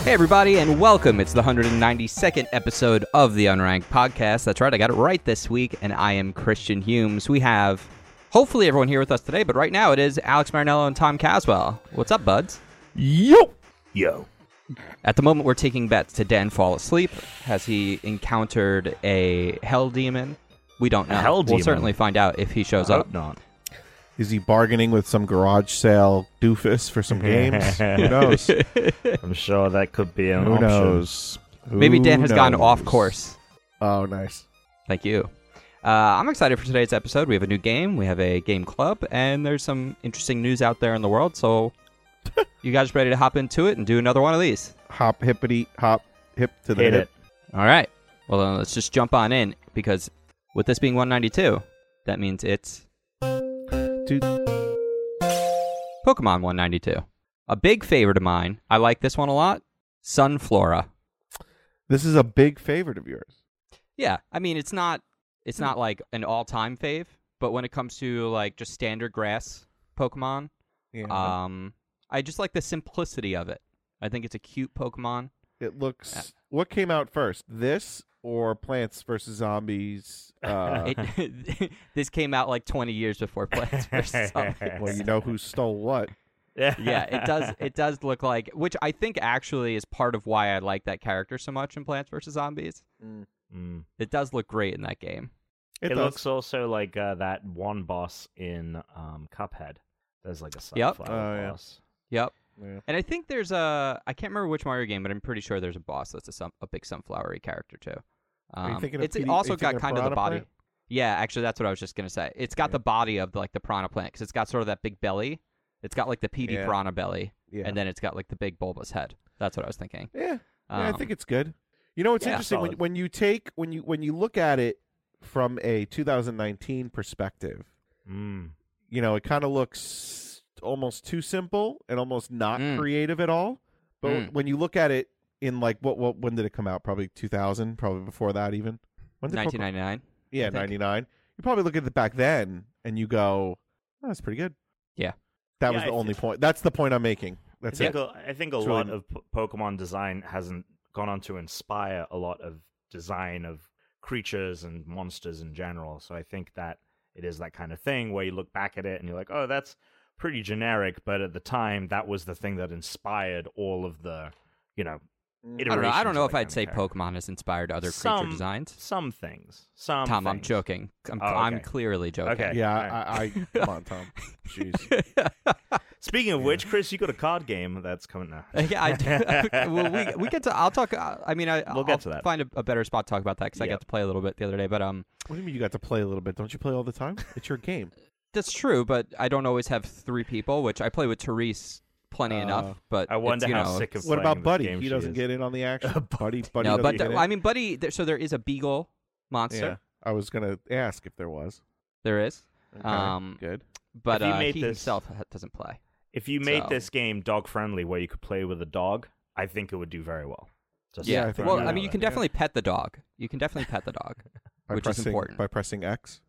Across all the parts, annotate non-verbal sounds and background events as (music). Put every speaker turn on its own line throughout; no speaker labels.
Hey, everybody, and welcome. It's the 192nd episode of the Unranked Podcast. That's right, I got it right this week, and I am Christian Humes. We have hopefully everyone here with us today, but right now it is Alex Marinello and Tom Caswell. What's up, buds?
Yo.
Yo.
At the moment, we're taking bets. Did Dan fall asleep? Has he encountered a hell demon? We don't know.
hell
we'll
demon? Uh,
certainly find out if he shows up.
not.
Is he bargaining with some garage sale doofus for
(laughs)
some games? Who knows? Who
I'm sure that could be an option.
knows? Who
Maybe Dan has gone off
knows?
course.
Oh, nice.
Thank you. Uh, I'm excited for today's episode. We have a new game, we have a game club, and there's some interesting news out there in the world. So, you guys ready to hop into it and do another one of these?
Hop hippity hop hip to the
Hit
hip.
it.
All right. Well, then let's just jump on in because with this being 192, that means it's
Dude.
Pokemon 192. A big favorite of mine. I like this one a lot. Sunflora.
This is a big favorite of yours.
Yeah, I mean it's not it's
Hmm.
not like an all-time fave, but when it comes to like just standard grass Pokemon,
Yeah.
Um, I just like the simplicity of it. I think it's a cute Pokemon.
it looks. What came out first, this or Plants
(laughs)
vs Zombies? Uh,
It, (laughs) this came out like 20 years before
(laughs)
Plants vs Zombies.
well, you know who stole what.
(laughs) yeah, it
(laughs)
does. It does look like, which I think actually is part of why I like that character so much in Plants vs Zombies.
Mm.
It does look great in that game.
It,
does.
looks also like uh, that one boss in um, Cuphead. There's like a
Yep.
sunflower
Oh, yeah.
boss.
Yep.
Yeah.
And I think there's a I can't remember which Mario game, but I'm pretty sure there's a boss that's a, sun, a big sunflowery character too.
Are you
Um,
thinking of
it's
PD are
also
you
got
thinking of
kind of the
Piranha
body.
Plant?
Yeah, actually, that's what I was just gonna say. It's got
Yeah.
the body of like the piranha plant because it's got sort of that big belly. It's got like the PD
Yeah.
piranha belly,
Yeah.
and then it's got like the big bulbous head. That's what I was thinking.
yeah. Yeah, I
Um,
think it's good. You know, it's
yeah,
interesting when,
solid.
when you take when you when you look at it from a 2019 perspective.
Mm.
You know, it kind of looks almost too simple and almost not
Mm.
creative at all. But
Mm.
when you look at it in like what what when did it come out? Probably 2000, probably before that even. When did Poke-
1999. I
Yeah,
think.
99. You probably look at it back then and you go, oh, "That's pretty good."
Yeah.
That
Yeah,
was the
I
only
thi-
point. That's the point I'm making.
I
That's
think
it.
a, I think a
It's really-
lot of po- Pokemon design hasn't gone on to inspire a lot of design of creatures and monsters in general. So I think that it is that kind of thing where you look back at it and you're like, oh, that's pretty generic. But at the time, that was the thing that inspired all of the, you know,
Mm.
I don't know. I don't
iterations
know
of
if
that
I'd say
kind of character.
Pokemon has inspired other
Some-
creature designs.
Some things. Some.
Tom, I'm
things.
joking. I'm,
Oh,
I'm
okay.
clearly joking.
Okay.
Yeah,
All right.
(laughs) I, I come on, Tom. Jeez.
(laughs)
Speaking of which, Chris, you got a card game that's coming
(laughs)
now.
(laughs) yeah, I do. well, we we get to. I'll talk. uh, I mean, I
We'll
I'll
get to that.
Find a, a better spot to talk about that because I
Yep.
got to play a little bit the other day. But um,
What do you mean you got to play a little bit? Don't you play all the time? It's
(laughs)
your game.
that's true. But I don't always have three people, which I play with Therese plenty
Uh,
enough. But
I wonder
it's, you
how
know,
sick of
what
playing
about
this
Buddy?
game
He
she
doesn't
is.
get in on (laughs) the action. buddy, buddy,
no,
doesn't
but
get
th-
in.
I mean, buddy. There, so there is a beagle monster.
yeah, I was gonna ask if there was.
There is,
Okay,
Um,
good.
but
If you
uh,
made
he
this-
himself ha- doesn't play.
If you made
So-
this game dog friendly, where you could play with a dog, I think it would do very well. Just
Yeah, I
throwing
think
well,
that
I mean,
out
you can
there.
definitely pet the dog. You can definitely pet the dog. (laughs)
By
which is
pressing,
important.
By pressing X.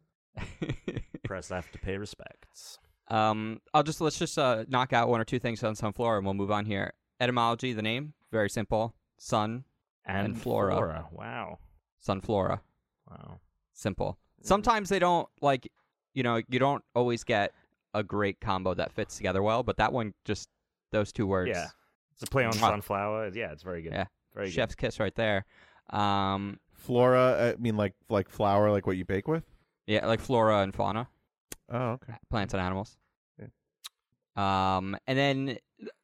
press F to pay respects.
Um, I'll just let's just uh, knock out one or two things on sunflora, and we'll move on here. Etymology, the name, very simple. Sun,
And,
And Flora.
Wow,
sunflora,
wow.
simple.
Mm-hmm.
Sometimes they don't like, you know, you don't always get a great combo that fits together well, but that one just those two words,
Yeah, it's a play on
Mwah.
sunflower. Yeah, it's very good.
Yeah.
very good.
chef's kiss right there. Um,
Flora. uh, I mean, like like flower, like what you bake with.
yeah, like flora and fauna,
Oh, okay.
plants and animals. Um, and then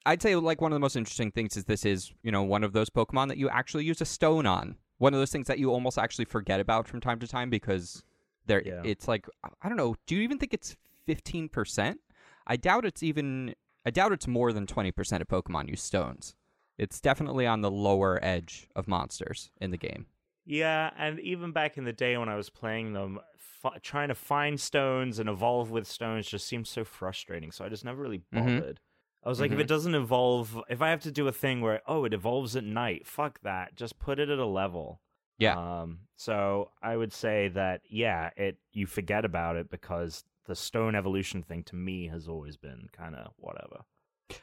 I'd say like one of the most interesting things is this is you know one of those Pokemon that you actually use a stone on. One of those things that you almost actually forget about from time to time because there
Yeah.
it's like I don't know. Do you even think it's fifteen percent? I doubt it's even. I doubt it's more than twenty percent of Pokemon use stones. It's definitely on the lower edge of monsters in the game.
Yeah, and even back in the day when I was playing them, f- trying to find stones and evolve with stones just seemed so frustrating. So I just never really
Mhm.
bothered. I was like, if it doesn't evolve, if I have to do a thing where oh, it evolves at night, fuck that. Just put it at a level.
Yeah.
Um. So I would say that yeah, it you forget about it because the stone evolution thing to me has always been kind of whatever.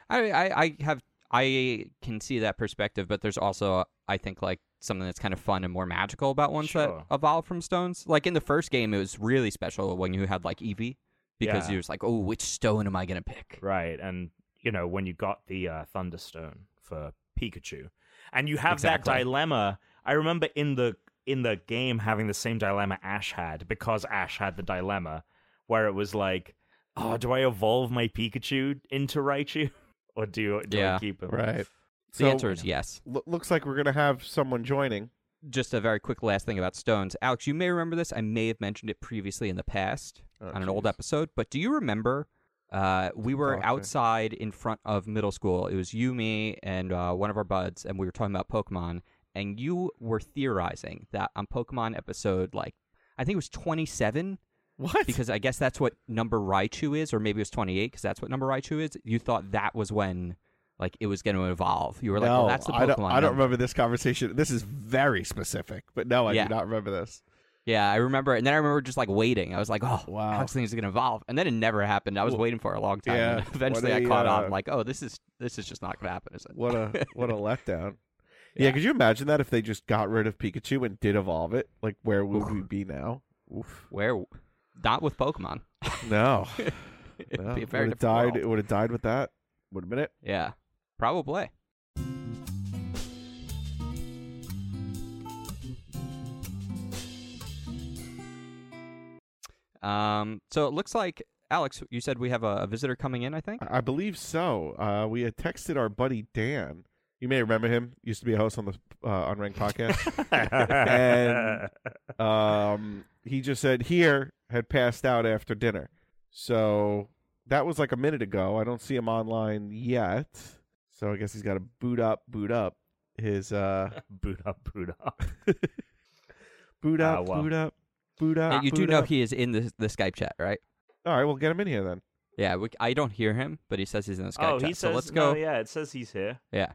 I, I I have I can see that perspective, but there's also I think like something that's kind of fun and more magical about ones
Sure.
that evolve from stones. Like in the first game, it was really special when you had like Eevee because
Yeah.
you was like, oh, which stone am I gonna pick?
Right. And, you know, when you got the uh, Thunderstone for Pikachu and you have that
Exactly.
dilemma. I remember in the in the game having the same dilemma Ash had because Ash had the dilemma where it was like, oh, do I evolve my Pikachu into Raichu (laughs) or do, do I
Yeah.
keep him? (laughs)
Right.
The answer is yes.
lo- looks like we're gonna have someone joining.
Just a very quick last thing about stones, Alex. You may remember this. I may have mentioned it previously in the past
Oh,
on an old
jeez.
episode, but do you remember? Uh, we were
Doctor.
outside in front of middle school. It was you, me, and uh, one of our buds, and we were talking about Pokemon. And you were theorizing that on Pokemon episode, like I think it was
(laughs)
twenty-seven,
What?
because I guess that's what number Raichu is, or maybe it was 28 because that's what number Raichu is. You thought that was when like it was going to evolve. You were like, well, that's the Pokemon.
I don't, I
number.
don't remember this conversation. This is very specific, but no, I
Yeah.
do not remember this.
Yeah, I remember, and then I remember just like waiting. I was like, oh,
Wow.
wow, how's things going to evolve? And then it never happened. I was
Well,
waiting for it a long time.
yeah,
and (laughs) eventually,
what
I
a,
caught
uh,
on. Like, oh, this is this is just not going to happen, is it? (laughs)
What a what a letdown. Yeah. could you imagine that if they just got rid of Pikachu and did evolve it? Like, where would we be now? Oof.
Where? Not with Pokemon. (laughs)
No,
It'd
no.
be a very
would
different
have died.
world.
It would have died with that. Would have been it.
Yeah, probably. Um, so it looks like Alex, you said we have a, a visitor coming in. I think.
I I believe so. Uh, we had texted our buddy Dan. You may remember him. Used to be a host on the uh, Unranked podcast.
(laughs)
And- um, he just said here had passed out after dinner. So that was like a minute ago. I don't see him online yet. So I guess he's got to boot up, boot up his uh,
(laughs)
boot up, boot up.
boot
Ah,
up,
well.
boot up, boot up.
Uh, you do
boot
know
up.
he is in the the Skype chat, right?
All right, we'll get him in here then.
Yeah, we, I don't hear him, but he says he's in the Skype
Oh,
chat.
he says,
so let's
no,
go.
yeah, it says he's here.
yeah.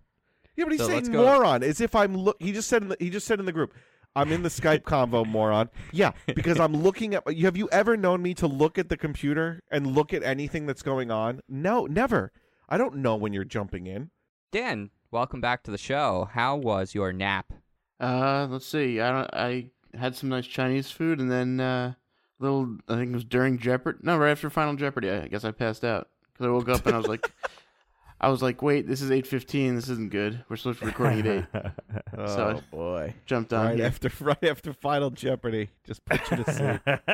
Yeah, but he's
So let's
saying
go-
moron as if I'm look. He just said in the, he just said in the group, "I'm in the Skype convo, moron." Yeah, because I'm looking at. Have you ever known me to look at the computer and look at anything that's going on? No, never. I don't know when you're jumping in.
Dan, welcome back to the show. How was your nap?
Uh, let's see. I don't. I had some nice Chinese food, and then uh, little. I think it was during Jeopardy. No, right after Final Jeopardy. I guess I passed out because I woke up and I
(laughs)
was like, I was like, wait, this is eight fifteen. This isn't good. We're supposed to be
(laughs)
recording at
(laughs)
eight. So-
boy!
Jumped on.
Right
here.
after (laughs) right after Final Jeopardy, just put
(laughs)
you to sleep.
(laughs)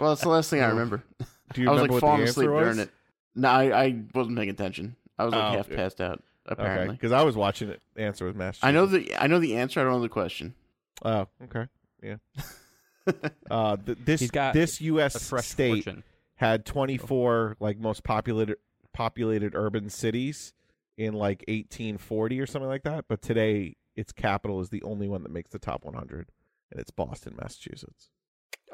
well, that's the last thing I remember.
Do you
I
remember
was like
what
falling
the
asleep
answer was?
during it. No, I, I wasn't paying attention. I was like
Oh,
half
okay.
passed out.
Okay,
Apparently,
because I was watching it. The answer was Master.
I know the I know the answer. I don't know the question.
Oh, okay. Yeah.
(laughs)
uh, th- this
He's got
this
A
U.S.
fresh
state
fortune.
had 24 like most populated populated urban cities in like 1840 or something like that but today its capital is the only one that makes the top 100 and it's boston massachusetts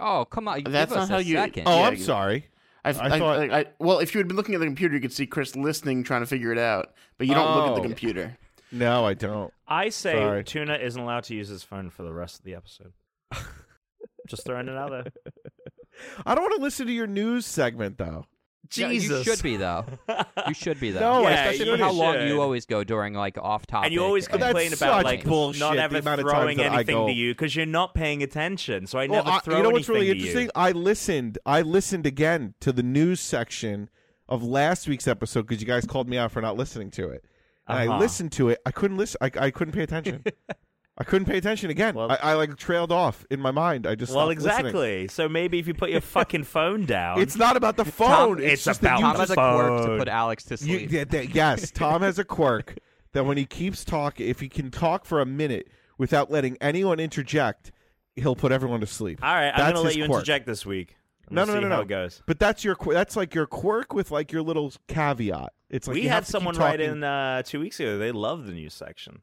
Oh, come on.
That's
give
not
us
how
a
you-
second.
oh
Yeah,
i'm
you-
sorry
I,
I
I, I,
thought-
I- well, if you had been looking at the computer, you could see Chris listening, trying to figure it out. But you don't look at
Oh.
the computer.
no i don't
I say
Sorry.
Tuna isn't allowed to use his phone for the rest of the
(laughs)
episode. Just throwing it
(laughs)
out there.
i don't want to listen to your news segment though
Yeah, You should be
(laughs)
though. You should be though.
No,
I
especially
should.
for how long
should.
you always go during like off topic.
and you always
That's
complain about
such
like
bullshit,
not
the
ever
amount of times
throwing
that I
anything
go-
to you because you're not paying attention. So I
Well,
never
I-
throw
you know
anything
what's really
to you.
interesting i listened i listened again to the news section of last week's episode because you guys called me out for not listening to it and I
Uh-huh.
listened to it. I couldn't listen. I, I couldn't
(laughs)
pay attention. I couldn't pay attention again.
Well-
I, I like trailed off in my mind. I just
Well,
stopped listening.
exactly. So maybe if you
(laughs)
put your fucking phone down,
It's not
(laughs)
about the phone. it's,
it's
just
about
Tom
that
has a quirk to
Phone.
put Alex to
you, you,
sleep.
that- that- yes.
(laughs)
Tom has a quirk that when he keeps talking, if he can talk for a minute without letting anyone interject, he'll put everyone to sleep.
all right. I'm
That's
gonna let
his
you
quirk.
interject this week. I'm
No,
gonna
no,
see
no, no,
how
no.
It goes.
But that's your qu- that's like your quirk with like your little caveat. It's like
we
you have
had
to keep
someone write
talking-
in uh, two weeks ago. They love the news
(laughs)
section.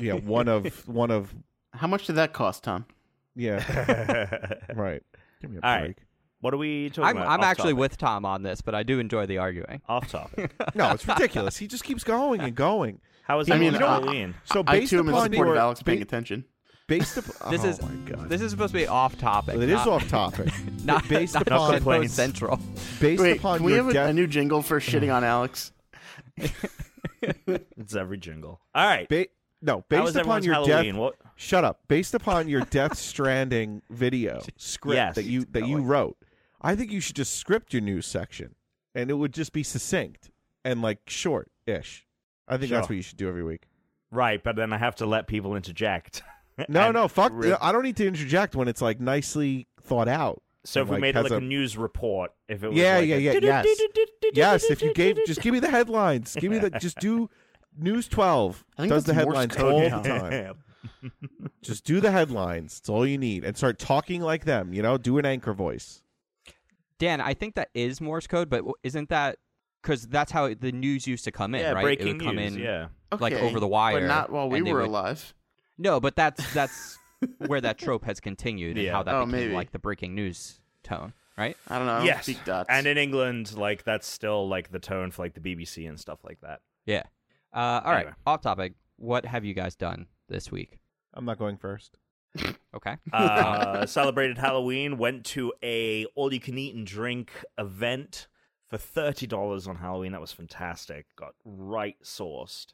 Yeah,
(laughs)
one of one of
How much did that cost, Tom?
yeah.
what
Right. Give me a
All
break.
right. are we talking
I'm,
about?
I'm
Off
actually
topic.
with Tom on this, but I do enjoy the arguing.
off topic.
No, it's ridiculous. he just keees going and going.
How
(laughs)
was
I
I
mean,
mean,
uh,
Halloween?
So
I
based
too am in
upon
support
your
of Alex
ba-
paying attention.
based
(laughs)
upon
This
oh
is-
my god,
This is supposed to be off topic.
it is
not-
off topic.
(laughs)
Not
based
not
upon-
Central
complaints.
Central. (laughs)
Based
Wait,
upon
can we
your
have a,
(laughs)
death,
a new jingle for shitting on Alex?
It's That's every jingle. All right.
Ba- no,
How
based
was
upon
everyone's
your
Halloween?
death.
What?
Shut up. Based upon your Death Stranding video script
Yes.
that you that you wrote, I think you should just script your news section, and it would just be succinct and like short ish. I think that's
Sure.
what you should do every week.
Right, but then I have to let people interject. (laughs)
No,
And
no, fuck.
re-
I don't need to interject when it's like nicely thought out.
So if we
like,
made it
has
like a,
a-
news report, if it was
Yeah,
like
yeah,
a-
yeah, (laughs) yes. Yes, if you gave, just give me the headlines. Give me the, just do News 12
(laughs) I think
does the
that's Morse
headlines
code
all
now. (laughs)
the time. Just do the headlines. It's all you need, and start talking like them. You know, do an anchor voice.
Dan, I think that is Morse code, but w- isn't that because that's how the news used to come in,
yeah,
right?
breaking
it would come
news.
in
Yeah,
like
Okay,
over the wire,
but not while we
and they
were
would-
alive.
No, but that's
(laughs)
that's where that trope has continued and
Yeah.
how that
Oh,
became
maybe.
like the breaking news tone, right?
I don't know. I don't
yes.
speak dots.
And in England, like that's still like the tone for like the BBC and stuff like
(laughs)
that.
Yeah. Uh, all right.
Anyway.
Off topic. What have you guys done this week?
I'm not going first.
Okay.
Uh, celebrated Halloween, went to a all you can eat and drink event for thirty dollars on Halloween. That was fantastic. Got right sourced.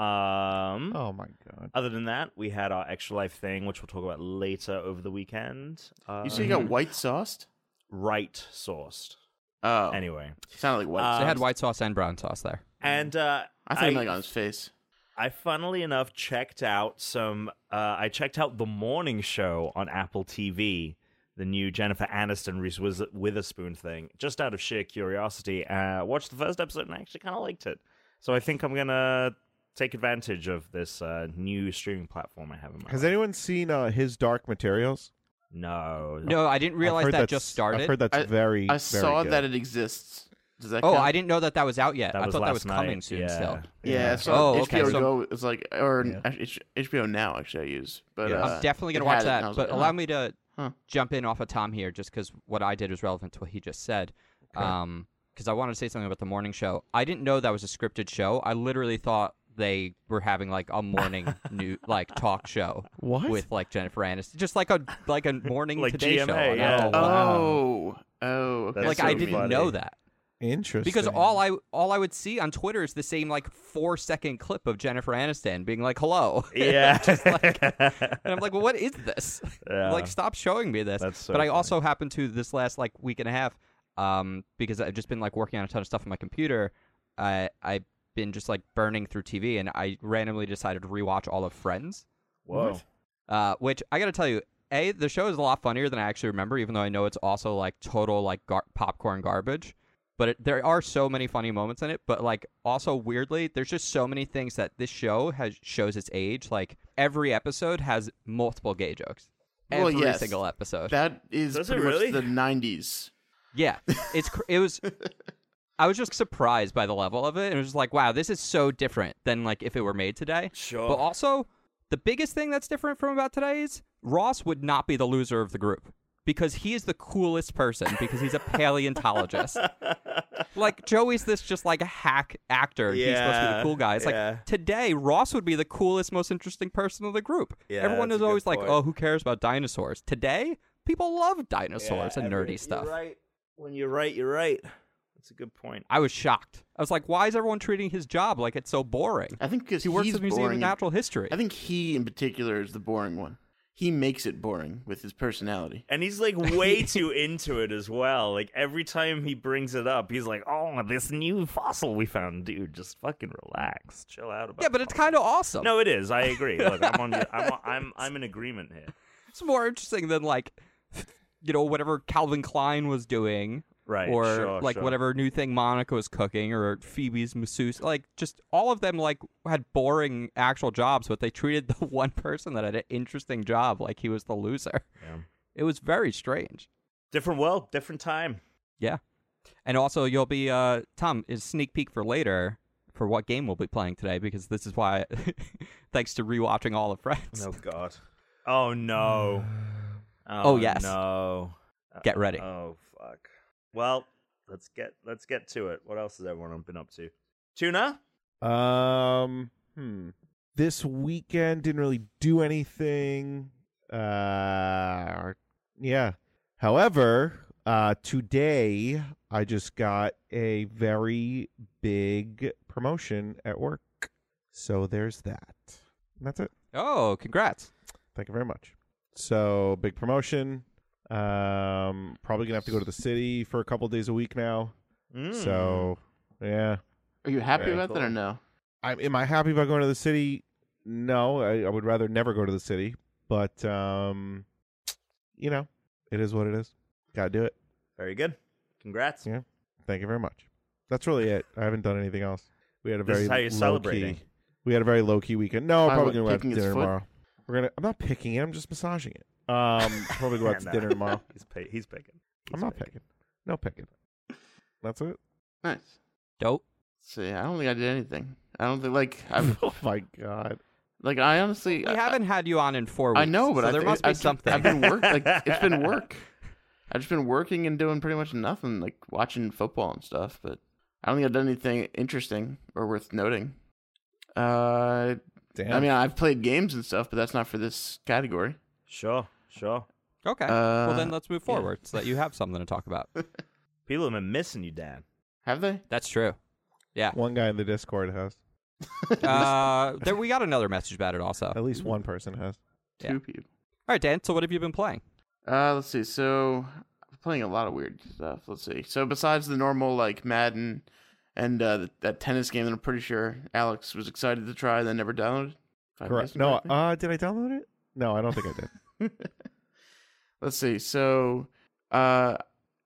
Mm-hmm.
Um,
Oh my god.
Other than that, we had our extra life thing, which we'll talk about later over the weekend. Uh,
you say you
Mm-hmm.
got white sauced?
right sourced.
Oh,
Anyway,
sounded like white.
Uh,
So
sauce.
they had white sauce and brown sauce there.
and uh,
I thought he meant like on his face.
I funnily enough checked out some. Uh, I checked out the morning show on Apple TV, the new Jennifer Aniston Reese Wiz- Witherspoon thing, just out of sheer curiosity. Uh, watched the first episode and I actually kind of liked it. So I think I'm gonna take advantage of this uh, new streaming platform I have in my.
Has anyone seen uh, his Dark Materials?
no,
No, I didn't
I've
realize
heard
that
that's-
just started.
I've heard that's very. very
I saw
good.
that it exists. Does that?
oh,
count?
I didn't know that that was out yet.
that
I
was
thought
last
that was
night.
coming soon.
yeah.
Still,
Yeah, so
Oh,
HBO
okay, so-
Go is like, or
Yeah.
H- HBO Now actually I use, but
Yeah.
uh,
I'm definitely gonna
it
watch
had
that.
it, and I was
but
like,
allow
oh.
me to
Huh.
jump in off a Tom here, just because what I did was relevant to what he just said.
Okay.
Um, because I wanted to say something about the morning show. I didn't know that was a scripted show. I literally thought they were having like a morning new like talk show
What?
with like Jennifer Aniston, just like a like a morning
Like
Today show.
GMA,
And I
yeah.
thought, wow.
Oh, oh, okay.
That's
like
so
I didn't
funny.
know that.
Interesting.
because all I all I would see on Twitter is the same like four second clip of Jennifer Aniston being like hello, (laughs)
Yeah. (laughs)
and I'm like, well, what is this?
Yeah.
Like, stop showing me this.
That's so
but I
funny.
also happened to this last like week and a half, um, because I've just been like working on a ton of stuff on my computer. I I've been just like burning through TV, and I randomly decided to rewatch all of Friends.
Whoa.
What?
Uh, which I gotta tell you, a the show is a lot funnier than I actually remember, even though I know it's also like total like gar- popcorn garbage. But it, there are so many funny moments in it. But like also weirdly, there's just so many things that this show has shows its age. Like every episode has multiple gay jokes.
Well,
Every
yes.
single episode.
that is
Does it
pretty
really?
much the '90s.
Yeah, it's cr- it was. I was just surprised by the level of it, and it was just like, wow, this is so different than like if it were made today.
Sure.
But also, the biggest thing that's different from about today is Ross would not be the loser of the group because he is the coolest person because he's a
(laughs)
paleontologist. like Joey's this just like a hack actor. and He's supposed to be
Yeah,
the cool guy. It's
yeah.
like today Ross would be the coolest, most interesting person of the group.
Yeah,
Everyone
that's a
is
good
always like,
point.
oh, who cares about dinosaurs? Today, people love dinosaurs
Yeah,
and
every-
nerdy stuff.
You're right. When you're right, you're right. That's a good point.
I was shocked. I was like, why is everyone treating his job like it's so
(laughs)
boring?
I think because
He works
he's
at the Museum
boring.
of Natural History.
I think he in particular is the boring one. He makes it boring with his personality.
And
(laughs)
he's like way too into it as well. Like every time he brings it up, he's like, "Oh, this new fossil we found, dude. Just fucking relax, chill out about."
yeah, but it's
fossils."
kind of awesome.
No, it is.
(laughs)
I agree. Look, I'm on. your- I'm. on- I'm. I'm in agreement here.
It's more interesting than like, (laughs) you know, whatever Calvin Klein was doing,
Right.
or
sure,
like
sure.
whatever new thing Monica was cooking, or Phoebe's masseuse. Like, just all of them like had boring actual jobs, but they treated (laughs) the one person that had an interesting job like he was the loser.
Yeah.
It was very strange.
Different world, different time.
Yeah. And also, you'll be, uh, Tom, is sneak peek for later for what game we'll be playing today because this is why, (laughs) thanks to rewatching all of Friends.
God. Oh no.
Oh, yes.
No.
Get ready.
Oh fuck. Well, let's get let's get to it. What else has everyone been up to? Tuna.
Um, hmm. This weekend didn't really do anything. Uh, yeah. However, uh, today I just got a very big promotion at work. So there's that. And that's it.
Oh, congrats.
Thank you very much. So big promotion. Um, probably gonna have to go to the city for a couple days a week now.
Hmm. Mm,
So yeah,
Are you happy
Very
about that or
cool.
no?
I, am I happy about going to the city? No, I, I would rather never go to the city. But um, you know, it is what it is. Gotta do it.
very good. Congrats.
Yeah. Thank you very much. That's really it. I haven't done anything else. We had a
This
very
is how you're
low
celebrating.
Key, we had a very low key weekend. No, I'm
By
probably gonna
what,
go out to
picking his
dinner
foot?
tomorrow. We're gonna. I'm not picking it. I'm just massaging it. Um, probably go out
(laughs)
to
Nah.
dinner tomorrow.
uh, He's pay- he's picking.
I'm
He's
not picking. No picking. That's it.
Nice.
Dope.
See, I don't think I did anything. I don't
(laughs)
think like I've
oh my god.
like I honestly
We
I-
haven't had you on in four weeks.
I know, but
so
I
there
think
must be
I,
something.
I've been work like it's been work. I've just been working and doing pretty much nothing, like watching football and stuff. But I don't think I've done anything interesting or worth noting. Uh,
Damn.
I mean, I've played games and stuff, but that's not for this category.
Sure, sure.
(laughs) okay. well,
Uh,
then let's move
yeah.
forward so that you have something to talk
(laughs)
about.
People have been missing you, Dan.
Have they?
That's
(laughs)
true. Yeah.
one guy in the Discord has.
Uh, there, we got another message about it also. All
At least one person has.
Yeah.
Two people.
right, Dan. So what have you been playing?
Uh, let's see. So I'm playing a lot of weird stuff. Let's see. So besides the normal like Madden and uh, that tennis game that I'm pretty sure Alex was excited to try, then never downloaded. if I'm
Correct.
guessing
No.
correctly.
Uh, did I download it? No, I don't think I did.
(laughs) Let's see. So, uh,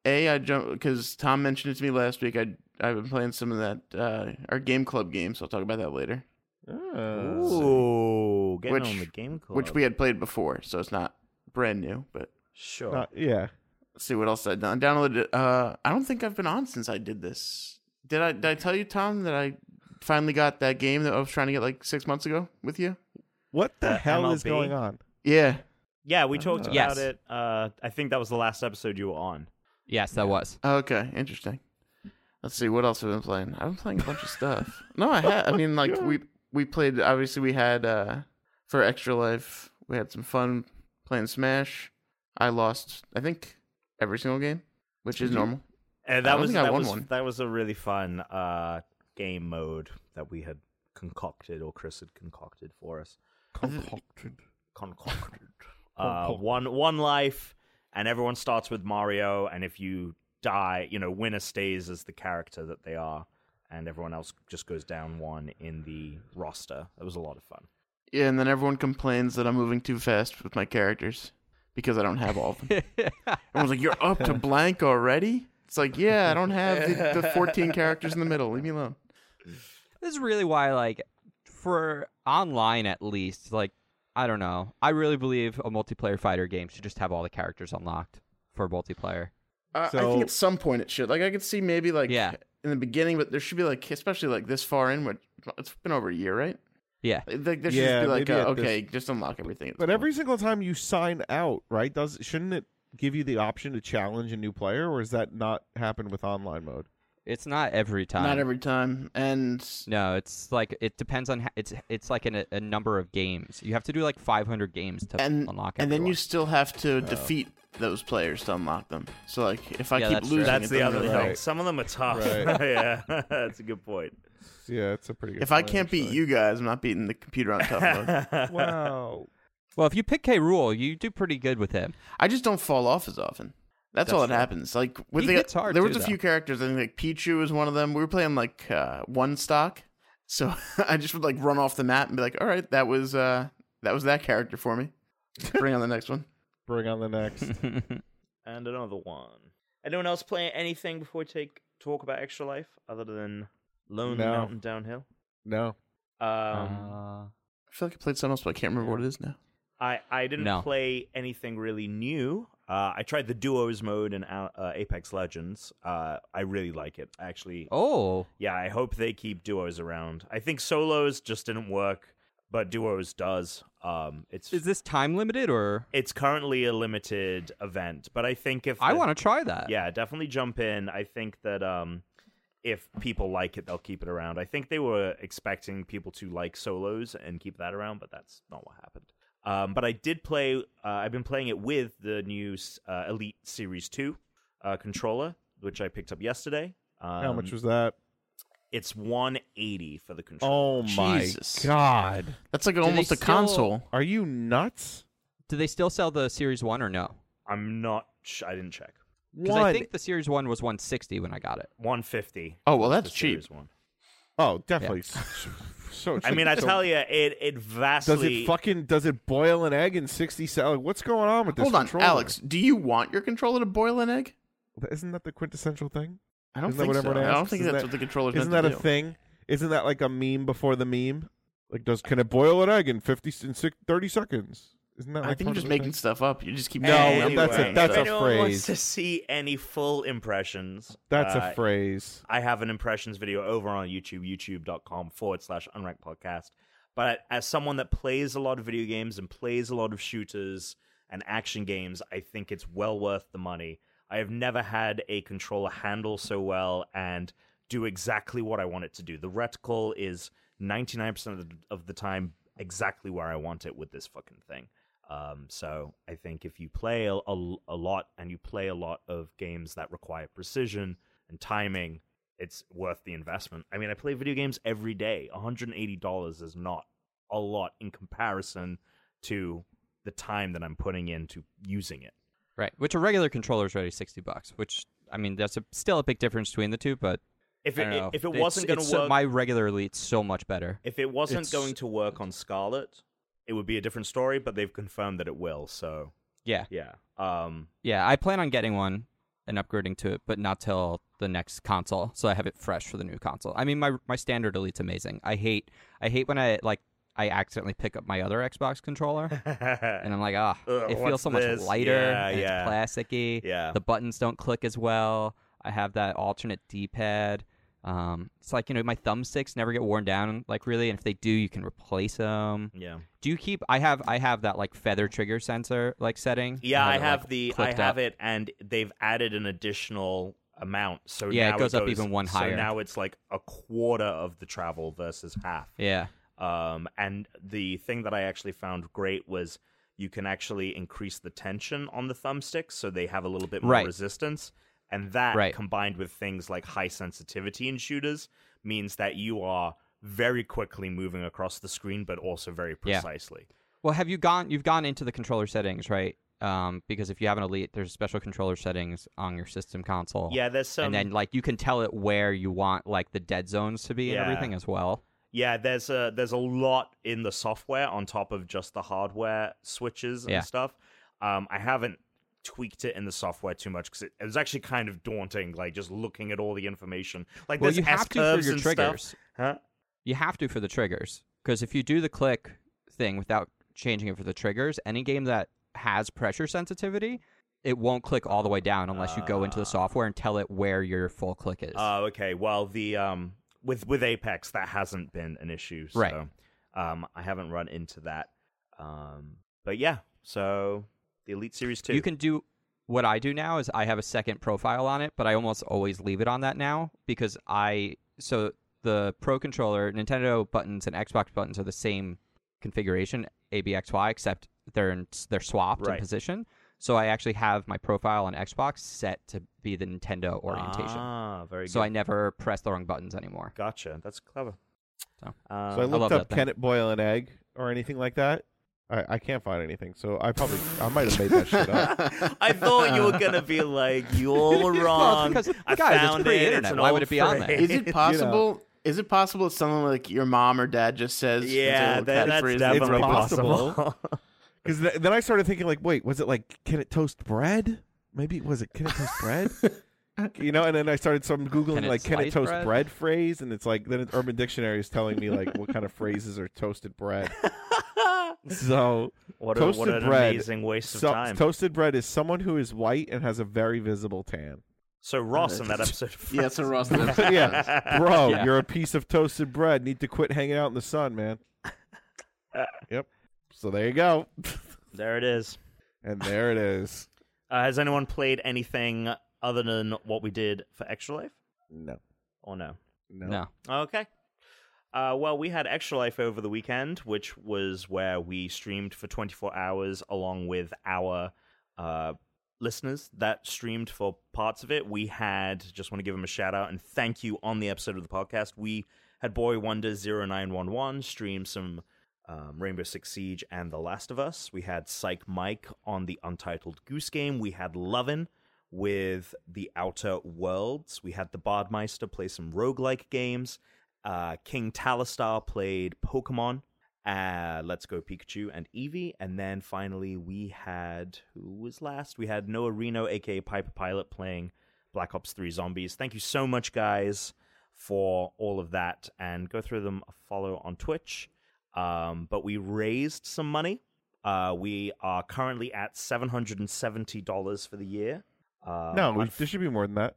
a I jump because Tom mentioned it to me last week. I I've been playing some of that uh, our game club game, so I'll talk about that later,
Oh.
Uh,
Ooh, getting
Which-
on the game club.
which we had played before, so it's not brand new. But
sure.
uh, yeah.
let's see what else I done. Downloaded. Uh, I don't think I've been on since I did this. Did I did I tell you Tom that I finally got that game that I was trying to get like six months ago with you?
What the
The
hell is
MLB?
going on?
Yeah.
yeah, we talked
Uh,
about
Yes.
it. Uh, I think that was the last episode you were on.
Yes, that was.
Oh, Okay. Interesting. Let's see what else I've been playing. I've been playing a bunch of stuff. No, I had. I mean, like we we played. Obviously, we had uh for extra life. We had some fun playing Smash. I lost. I think every single game, which is normal.
And
I
that
don't
was
think I
that
won
was
one.
that was a really fun uh, game mode that we had concocted or Chris had concocted for us.
Concocted.
(laughs)
concocted. uh, one one life, and everyone starts with Mario. And if you die, you know, winner stays as the character that they are, and everyone else just goes down one in the roster. It was a lot of fun.
Yeah, and then everyone complains that I'm moving too fast with my characters because I don't have all of them.
(laughs)
Everyone's like, "You're up to blank already." It's like, yeah, I don't
(laughs)
have the, the 14 characters in the middle. Leave me alone.
This is really why, like, for online at least, like, I don't know. I really believe a multiplayer fighter game should just have all the characters unlocked for multiplayer.
Uh, I
So-
think at some point it should. Like I could see maybe like
Yeah.
in the beginning, but there should be like especially like this far in, which it's been over a year, right?
Yeah.
Like there should
Yeah,
just be like
maybe
uh
at this-
okay, just unlock everything. at
But
this
every single time you sign out, right? Does shouldn't it give you the option to challenge a new player, or is that not happen with online mode?
It's not every time.
point. not every time, and
No, it's like it depends on how, it's it's like in a, a number of games. You have to do like 500 games to
and
unlock.
and then
everyone.
you still have
Oh.
to defeat those players to unlock them. So like if I
Yeah,
keep
that's true.
losing,
That's
it
the
doesn't
other
really
thing.
help.
Some of them are tough. (laughs)
Right.
yeah, that's a good point.
Yeah, it's a pretty good.
If I
point,
can't beat
actually.
you (laughs) guys, I'm not beating the computer on tough
(laughs)
(laughs)
mode.
wow.
well, if you pick K. Rule, you do pretty good with
(laughs)
him.
I just don't fall off as often. That's, all that happens. Like with
He
the,
hits hard
there
too,
was a
though.
few characters. I think like Pichu was one of them. We were playing like uh, one stock, so (laughs) I just would like run off the map and be like, "All right, that was uh, that was that character
(laughs)
for me." Bring on the next one.
Bring on the next.
And another one. Anyone else playing anything before we take talk about Extra Life other than Lone
No.
Mountain Downhill?
(laughs) No.
Um,
Uh,
I feel like I played something else, but I can't remember what it is now.
I, I didn't
No.
play anything really new. Uh, I tried the duos mode in Al- uh, Apex Legends. Uh, I really like it. Actually,
oh,
yeah, I hope they keep duos around. I think solos just didn't work, but duos does. Um, it's
is this time limited or?
it's currently a limited event, but I think if
I
the-
want to try that.
Uh, yeah, definitely jump in. I think that um, if people like it, they'll keep it around. I think they were expecting people to like solos and keep that around, but that's not what happened. Um, but I did play. Uh, I've been playing it with the new uh, Elite Series Two uh, controller, which I picked up yesterday. Um,
How much was that?
It's 180 for the controller.
Oh my
Jesus.
god!
That's like
they
almost a
still-
console.
Are you nuts?
Do they still sell the Series One or no?
Oh.
I'm not. Sh- I didn't check.
Because I
One.
think the Series One was 160 when I got it.
150.
Oh, well, that's
the
cheap.
Series One.
oh, definitely. So- So
I mean, I tell you, it it vastly.
does it fucking does it boil an egg in sixty seconds? What's going on with this?
Hold on,
controller?
Alex. Do you want your controller to boil an egg?
Isn't that the quintessential thing?
I don't
Isn't that
think
what
so.
everyone
I don't
asks?
think
Isn't
that's
that-
what the controller's
Isn't
meant
that
to
a
do.
thing? Isn't that like a meme before the meme? Like, does can it boil an egg in fifty in six, thirty seconds? Isn't that?
I
like
think you're
part of
just
the
making
thing?
stuff up. You just keep
No,
making
that's a-
up
if
that's a
(laughs) stuff.
anyone
phrase.
wants to see any full impressions,
That's
uh,
a phrase.
I have an impressions video over on YouTube, youtube.com forward slash unranked podcast. But as someone that plays a lot of video games and plays a lot of shooters and action games, I think it's well worth the money. I have never had a controller handle so well and do exactly what I want it to do. The reticle is 99% of the, of the time exactly where I want it with this fucking thing. Um, so I think if you play a, a, a lot and you play a lot of games that require precision and timing, it's worth the investment. I mean, I play video games every day. $180 is not a lot in comparison to the time that I'm putting into using it.
Right. Which a regular controller is already 60 bucks. Which I mean, that's a, still a big difference between the two. But
If
I
it
don't know.
if it
It's-
wasn't going
it's
to
so-
work,
my regular Elite's so much better.
if it wasn't
it's-
going to work on Scarlet, it would be a different story. But they've confirmed that it will. So
Yeah.
yeah, um,
Yeah, I plan on getting one and upgrading to it, but not till the next console, so I have it fresh for the new console. I mean, my my standard Elite's amazing. I hate I hate when I like I accidentally pick up my other Xbox
(laughs)
controller (laughs) and I'm like, ah,
Ugh,
it feels
what's
so
this?
much lighter,
Yeah,
and
yeah.
it's plasticky.
yeah,
The buttons don't click as well. I have that alternate D-pad. Um, it's like you know my thumbsticks never get worn down like really, and if they do, you can replace them.
yeah.
Do you keep? I have I have that like feather trigger sensor like setting.
Yeah, I
it,
have
like,
the I
clipped
have
up.
it, and they've added an additional amount. So
Yeah, it
now
goes up even one
So
higher.
now it's like a quarter of the travel versus half.
Yeah.
Um, and the thing that I actually found great was you can actually increase the tension on the thumbsticks, so they have a little bit more
Right.
resistance. And that
Right.
combined with things like high sensitivity in shooters means that you are very quickly moving across the screen, but also very
Yeah.
precisely.
Well, have you gone? You've gone into the controller settings, right? Um, because if you have an elite, there's special controller settings on your system console.
Yeah, there's some.
and then like you can tell it where you want like the dead zones to be
Yeah.
and everything as well.
Yeah, there's a there's a lot in the software on top of just the hardware switches and
Yeah.
stuff. Um, I haven't tweaked it in the software too much because it, it was actually kind of daunting, like just looking at all the information. Like
well,
there's
you
S
have to for
curves
your
and
triggers.
stuff. Huh?
You have to for the triggers because if you do the click thing without changing it for the triggers, any game that has pressure sensitivity, it won't click all the way down unless you go into
Ah.
the software and tell it where your full click is.
Oh, okay. Well, the um with with Apex that hasn't been an issue, so
Right.
um I haven't run into that. Um, but yeah, so the Elite Series two.
You can do what I do now is I have a second profile on it, but I almost always leave it on that now because I so the Pro controller, Nintendo buttons and Xbox buttons are the same configuration, A B X Y, except they're in, they're swapped
Right.
in position. So I actually have my profile on Xbox set to be the Nintendo orientation.
Ah, very
so
good.
I never press the wrong buttons anymore.
gotcha. That's clever.
So-
Um,
So I
love
looked
that
up
thing.
can it boil an egg or anything like that. I, I can't find anything, so I probably I might have made that shit
(laughs)
up.
I thought you were gonna be like,
(laughs)
"You're wrong."
because,
I
guys, it's
found it.
pre-internet.
an
Why would
old
it be on there?
phrase." (laughs)
Is it possible? Is it possible that someone like your mom or dad just says? it's a
yeah,
little
that, that's
catchphrase they
definitely
throw up?
possible.
Because th- then I started thinking like, wait, was it like can it toast bread? Maybe was it can it toast bread? you know, and then I started some googling
Can it
like can
slice
it toast bread?
bread?
phrase, and it's like then it's Urban Dictionary is telling me like what kind of phrases are toasted bread. so
what, a,
Toasted
what an
bread.
amazing waste of
so-
time.
toasted bread is someone who is white and has a very visible tan.
so Ross
(laughs)
in that episode.
(laughs) Yeah, it's a
(laughs)
Ross.
yeah, bro,
Yeah.
you're a piece of toasted bread. Need to quit hanging out in the sun, man. yep. So there you go,
There it is.
and there it is.
Uh, has anyone played anything other than what we did for Extra Life,
No,
or no?
no.
No.
Okay. Uh, well, we had Extra Life over the weekend, which was where we streamed for 24 hours along with our uh, listeners that streamed for parts of it. We had just want to give him a shout out and thank you on the episode of the podcast. We had Boy Wonder 0911 stream some um, Rainbow Six Siege and The Last of Us. We had Psych Mike on the Untitled Goose Game. We had Lovin with The Outer Worlds. We had the Bardmeister play some roguelike games. Uh, King Talistar played Pokemon. Uh, Let's Go Pikachu and Eevee. And then finally, we had who was last? We had Noah Reno, aka Piper Pilot, playing Black Ops 3 Zombies. Thank you so much, guys, for all of that. And go through them a follow on Twitch. Um, but we raised some money. Uh, we are currently at $770 for the year. Uh,
no, we,
but
there should be more than that.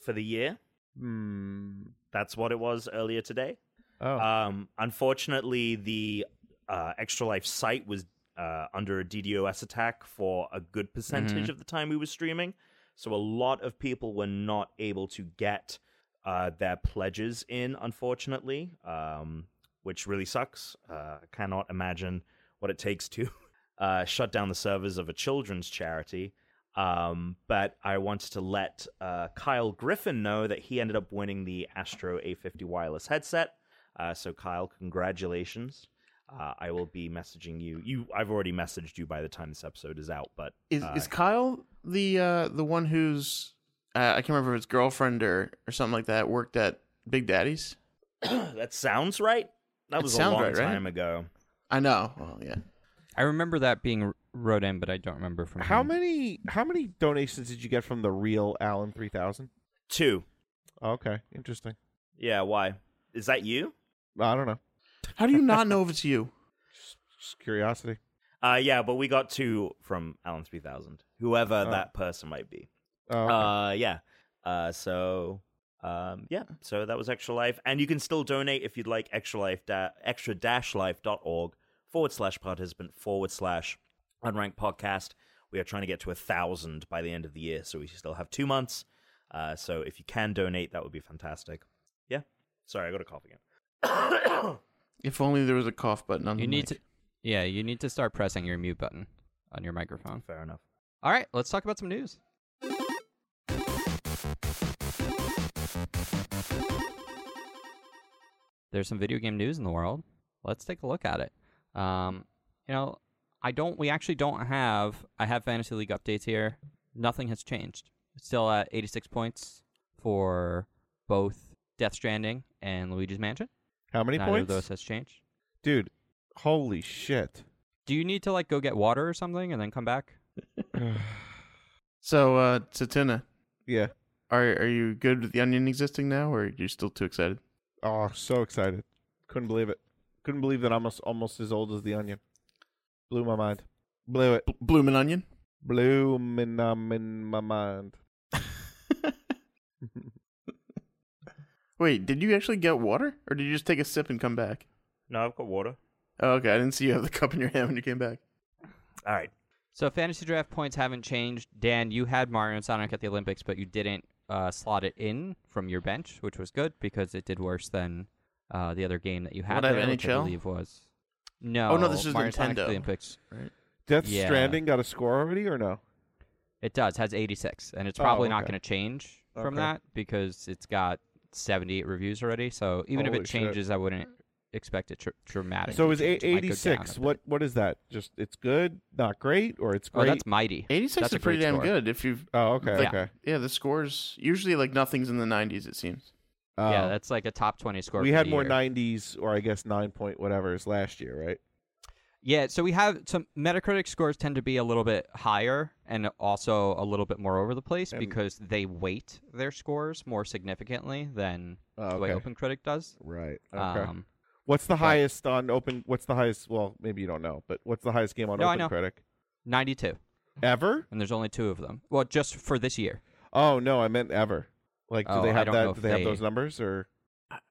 for the year.
Hmm.
That's what it was earlier today.
Oh,
Um, unfortunately, the uh, Extra Life site was uh, under a DDoS attack for a good percentage of the time we were streaming. So a lot of people were not able to get uh, their pledges in, unfortunately, um, which really sucks. Uh, I cannot imagine what it takes to (laughs) uh, shut down the servers of a children's charity. Um, but I wanted to let uh, Kyle Griffin know that he ended up winning the Astro A50 wireless headset. Uh, so Kyle, congratulations. Uh, I will be messaging you. You, I've already messaged you by the time this episode is out, but (clears throat)
Is
uh,
is Kyle the uh, the one who's uh, I can't remember if it's girlfriend or or something like that worked at Big Daddy's?
that sounds right. That
It
was a
sounds
long
right, right?
time ago.
I know. Well, yeah.
I remember that being r- wrote in, but I don't remember from
how
whom.
many how many donations did you get from the real Allen three thousand? Oh,
Two.
Okay, interesting.
Yeah. Why? Is that you?
I don't know.
How do you not know if it's you?
Just curiosity.
Uh, yeah, but we got two from Alan Three Thousand. Whoever
Oh.
that person might be.
Oh, okay.
Uh, yeah. Uh, so, um, yeah. So that was Extra Life, and you can still donate if you'd like. Extra Life, da- extra dash life dot org forward slash participant forward slash unranked podcast. We are trying to get to a thousand by the end of the year, so we still have two months. Uh, so if you can donate, that would be fantastic. Yeah. Sorry, I got a cough again.
If only there was a cough button on
You
the
need to,
mic.
yeah, you need to start pressing your mute button on your microphone.
Fair enough.
All right, let's talk about some news. There's some video game news in the world. Let's take a look at it. Um, you know, I don't. We actually don't have. I have fantasy league updates here. Nothing has changed. It's still at 86 points for both Death Stranding and Luigi's Mansion.
how many
Neither
points,
of those has changed.
dude? Holy shit! (sighs)
Do you need to like go get water or something and then come back?
So, uh, Satina,
yeah.
are are you good with the onion existing now, or are you still too excited?
Oh, so excited! Couldn't believe it. Couldn't believe that I'm almost, almost as old as the onion. Blew my mind. Blew it.
B- Bloomin' onion.
Blew me num in my mind.
Wait, did you actually get water, or did you just take a sip and come back?
No, I've got water.
Oh, okay, I didn't see you have the (laughs) cup in your hand when you came back.
All right.
So fantasy draft points haven't changed. Dan, you had Mario and Sonic at the Olympics, but you didn't uh, slot it in from your bench, which was good because it did worse than uh, the other game that you had
What, I have
there, which I
NHL?
believe was. No.
Oh, no, this is
Mario and Sonic at
Nintendo.
the Olympics.
Death
Yeah.
Stranding got a score already or no?
It does has 86, and it's
Oh,
probably not
okay.
going to change from
Okay.
that because it's got 78 reviews already. So even if
Holy
it
shit.
changes, I wouldn't expect it tr- dramatically.
So it was
to
eight-
change. It might go down a
86.
bit.
What what is that? Just it's good, not great, or it's
Oh,
great.
that's mighty.
Eighty six
That's
is
a great
pretty damn
score.
good. If you've
oh okay
Yeah.
okay.
yeah, the scores usually like nothing's in the nineties. It seems.
Oh.
Yeah, that's like a top 20 score.
we
for
had
the
more
year.
nineties or I guess nine point whatever's last year, right?
Yeah, so we have some Metacritic scores tend to be a little bit higher and also a little bit more over the place
And-
because they weight their scores more significantly than
Oh,
the way
okay.
OpenCritic does.
Right. Okay.
Um,
what's the highest on open? What's the highest? Well, maybe you don't know, but what's the highest game on
No, I
Open
know.
Critic
92,
ever?
and there's only two of them. Well, just for this year.
Oh no, I meant ever. Like, do
Oh,
they
I
have
don't know
that?
if
Do they, have
they-
those numbers or?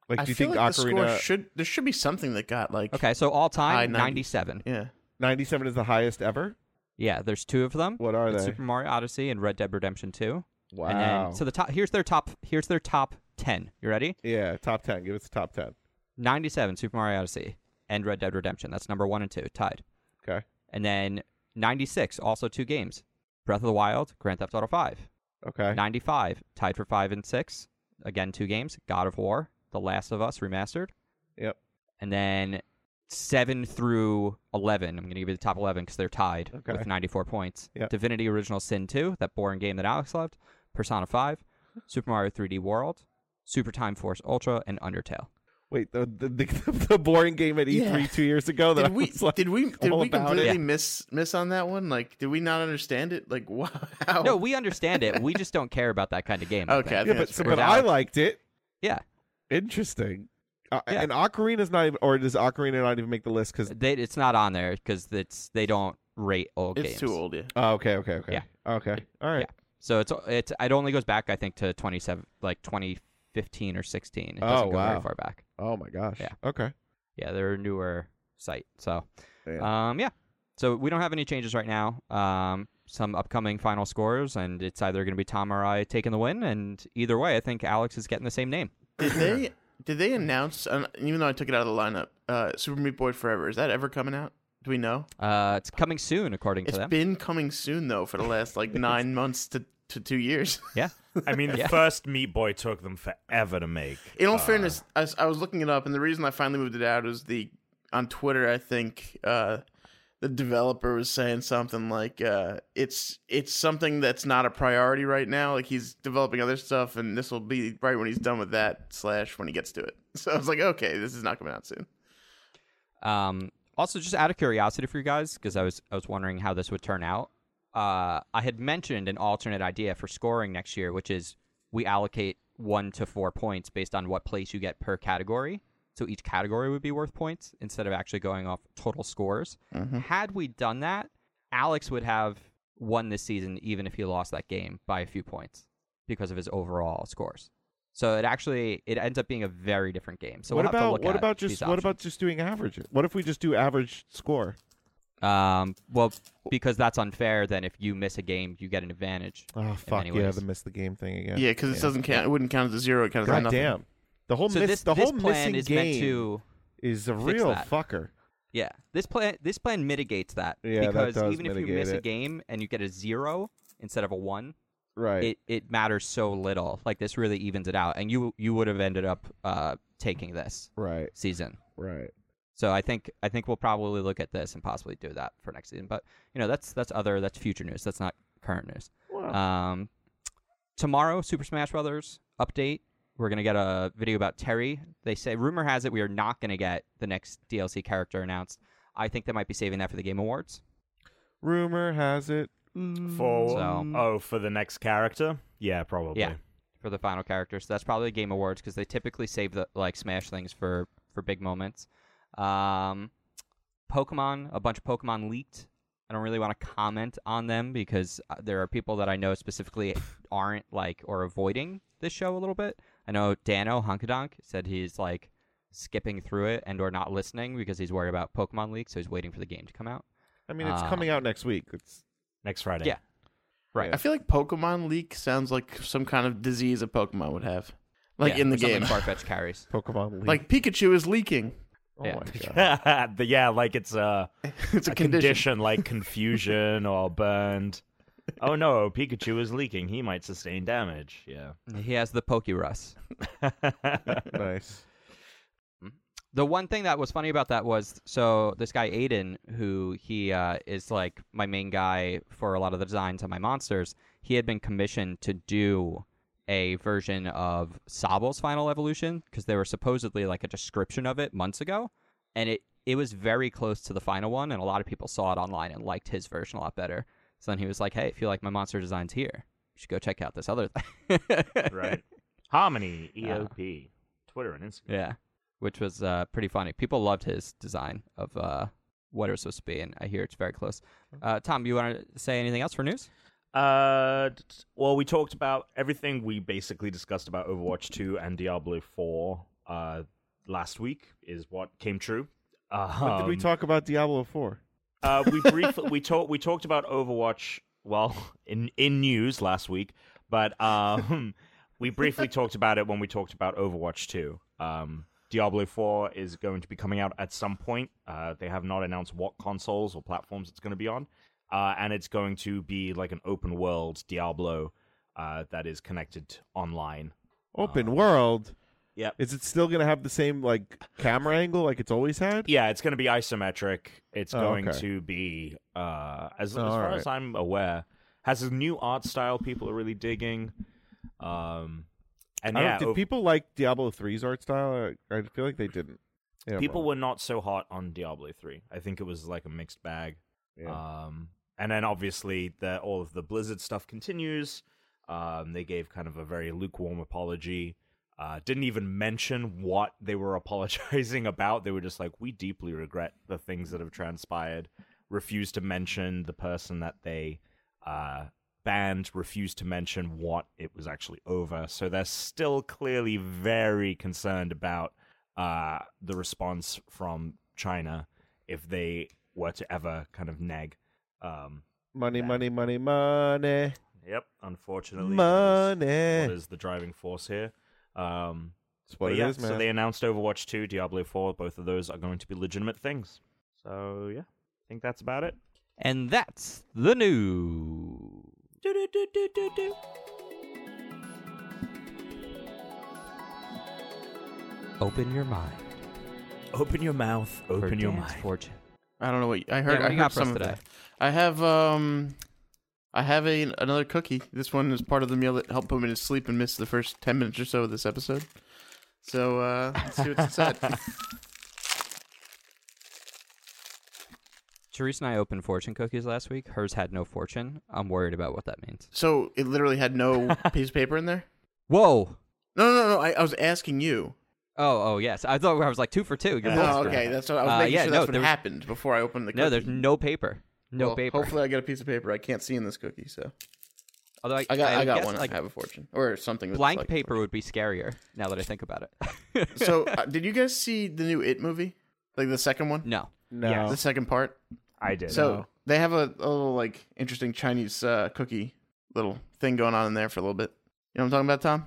Like,
I
do you
feel
think
like the
Ocarina
score should there should be something that got like
Okay, so all
High
time
90s.
97.
yeah.
ninety-seven is the highest ever?
Yeah, there's two of them.
What are
It's
they?
Super Mario Odyssey and Red Dead Redemption 2.
Wow.
And then so the top here's their top here's their top 10. You ready?
yeah, top ten. Give us the top ten.
97 Super Mario Odyssey and Red Dead Redemption. That's number 1 and 2 tied.
Okay.
And then 96, also two games Breath of the Wild, Grand Theft Auto 5.
Okay.
95, tied for 5 and 6. Again, two games God of War, The Last of Us Remastered.
Yep.
And then 7 through 11. I'm going to give you the top 11 because they're tied
Okay.
with 94 points.
Yep.
Divinity Original Sin 2, that boring game that Alex loved. Persona 5, Super Mario 3D World, Super Time Force Ultra, and Undertale.
Wait, the the, the, the (laughs) boring game at E3
Yeah.
two years ago (laughs) that
Did
I
we,
was like,
did we did
all
we
about it.
completely miss miss on that one? Like, did we not understand it? Like, (laughs) wow.
Oh.
No, we understand it. We just don't care about that kind of game.
(laughs)
I
okay, I
think.
think
yeah, but,
that's
so,
fair.
but I liked it.
Yeah.
Interesting. Uh,
Yeah. Uh,
And Ocarina's not even, or does Ocarina not even make the list? Because
They, it's not on there because it's they don't rate old
it's
games.
too old. Yeah,
oh, okay, okay, okay, okay, all right.
So it's it's it only goes back I think to 27 like 2015 or 16. It
Oh,
doesn't go
wow.
very far back.
Oh my gosh.
Yeah.
Okay.
Yeah, they're a newer site. So
Yeah.
um yeah. So we don't have any changes right now. Um some upcoming final scores and it's either going to be Tom or I taking the win and either way I think Alex is getting the same name.
did
(laughs)
they did they announce? And even though I took it out of the lineup, uh, Super Meat Boy Forever is that ever coming out? Do we know?
Uh it's coming soon according
It's
to them.
been coming soon though for the
(laughs)
last like nine months to, to two years.
yeah.
I mean, the
Yeah.
first Meat Boy took them forever to make.
In all
Uh,
fairness, I, s- I was looking it up, and the reason I finally moved it out is the on Twitter. I think uh, the developer was saying something like, uh, "It's it's something that's not a priority right now. Like he's developing other stuff, and this will be right when he's done with that slash when he gets to it." (laughs) So I was like, "Okay, this is not coming out soon."
Um, also, just out of curiosity for you guys, because I was I was wondering how this would turn out. Uh, I had mentioned an alternate idea for scoring next year, which is we allocate one to four points based on what place you get per category. So each category would be worth points instead of actually going off total scores. Had we done that, Alex would have won this season, even if he lost that game by a few points because of his overall scores. So it actually it ends up being a very different game. So
what
we'll have to
about
look
what
at
about
these
just what
options.
about just doing averages? What if we just do average score?
Um, well, because that's unfair. Then if you miss a game, you get an advantage.
Oh fuck
many
yeah,
ways.
the miss the game thing again.
Yeah, because it doesn't count. It wouldn't count as a zero. It counts as
God
nothing.
damn. The whole
So
miss,
this
the
this
whole
plan
missing
is
game
meant to
is a
fix
real
that.
fucker.
yeah. This plan this plan mitigates that
Yeah, that
because
does
even if you
mitigate
miss a
it.
game and you get a zero instead of a one,
Right.
it, it matters so little. Like this really evens it out, and you you would have ended up uh taking this
right.
season.
Right.
So I think I think we'll probably look at this and possibly do that for next season. But you know that's that's other that's future news. That's not current news. Um, tomorrow, Super Smash Brothers update. We're gonna get a video about Terry. They say rumor has it we are not gonna get the next DLC character announced. I think they might be saving that for the Game Awards.
Rumor has it.
For
So-
oh, for the next character, yeah, probably.
Mm. Yeah, for the final character. So that's probably Game Awards because they typically save the like Smash things for for big moments. Um, Pokemon, a bunch of Pokemon leaked. I don't really want to comment on them because uh, there are people that I know
(laughs)
specifically aren't like or avoiding this show a little bit. I know Dano Honkadonk said he's like skipping through it and or not listening because he's worried about Pokemon leaks, so he's waiting for the game to come out.
I mean,
Ah.
it's
Uh,
coming out next week. It's
Next Friday.
Yeah.
I feel like Pokemon leak sounds like some kind of disease a Pokemon would have, like
Yeah,
in the
or something
game. (laughs)
Farfetch carries.
Pokemon League.
Like Pikachu is leaking.
oh
(laughs)
yeah.
my
(laughs)
god.
the, yeah, like it's uh,
It's a,
a condition like confusion or burned. Oh no, Pikachu is leaking. He might sustain damage. Yeah. (laughs)
He has the Pokerus.
(laughs)
nice.
the one thing that was funny about that was so this guy Aiden, who he uh, is like my main guy for a lot of the designs on my monsters, he had been commissioned to do a version of Sabal's final evolution because there were supposedly like a description of it months ago, and it it was very close to the final one, and a lot of people saw it online and liked his version a lot better. So then he was like, "Hey, if you like my monster designs here, you should go check out this other thing."
right. Harmony EOP, Twitter and Instagram.
Yeah, which was uh, pretty funny. People loved his design of uh, what it was supposed to be, and I hear it's very close. Uh, Tom, you want to say anything else for news?
Uh, t- t- well, we talked about everything we basically discussed about Overwatch 2 and Diablo 4 uh, last week is what came true. Uh,
But did we talk about Diablo 4?
Uh, we briefly we talked we talked about Overwatch. Well, in in news last week, but um, we briefly talked about it when we talked about Overwatch two. Um, Diablo four is going to be coming out at some point. Uh, they have not announced what consoles or platforms it's going to be on. uh, and it's going to be like an open world Diablo uh, that is connected online.
Open
Uh,
world.
yep.
Is it still gonna have the same like camera angle like it's always had?
Yeah, it's going to be isometric. It's
Oh,
going
okay.
to be, uh, as, as
Oh,
far
alright.
as I'm aware, has a new art style people are really digging. Um, and
I don't-
yeah,
did
ov-
people like Diablo 3's art style? I, I feel like they didn't. Yeah,
people
well,
were not so hot on Diablo 3. I think it was like a mixed bag.
yeah.
Um, and then obviously the, all of the Blizzard stuff continues. Um, they gave kind of a very lukewarm apology. Uh, didn't even mention what they were (laughs) apologizing about. They were just like, we deeply regret the things that have transpired. Refused to mention the person that they uh, banned. Refused to mention what it was actually over. So they're still clearly very concerned about uh, the response from China if they were to ever kind of nag. Um,
money, money, money, money,
yep, unfortunately, that is-
money.
what is the driving force here? Um,
That's what
but
it
yeah,
is, man.
so they announced Overwatch 2, Diablo 4. Both of those are going to be legitimate things. So yeah, I think that's about it.
And that's the new. Open your mind.
Open your mouth, open your
Dan's
mind.
Fortune.
I don't know what I heard.
Dan, what
I
do you
heard
got for us
some of
today?
that. I have um, I have a, another cookie. This one is part of the meal that helped put me to sleep and missed the first ten minutes or so of this episode. So uh, let's see what's inside.
(laughs) Therese and I opened fortune cookies last week. Hers had no fortune. I'm worried about what that means.
so it literally had no piece of paper in there.
Whoa.
No, no, no. no, I, I was asking you.
Oh, oh yes. I thought I was like two for two. You're
(laughs) Oh,
both
okay.
right.
That's what I was
Uh,
making
yeah,
sure
no,
that's what
there-
happened before I opened the. Cookie.
no, there's no paper. No
Well,
paper.
Hopefully, I got a piece of paper. I can't see in this cookie, so
Although I,
I got I, got
guess,
one.
Like
I have a fortune or something. that looks
blank
like a
paper would be scarier. Now that I think about it. (laughs)
fortune. so, uh, did you guys see the new It movie? Like the second one,
no.
no.
the second part.
I did.
So
No.
they have a, a little like interesting Chinese uh, cookie little thing going on in there for a little bit. You know what I'm talking about, Tom?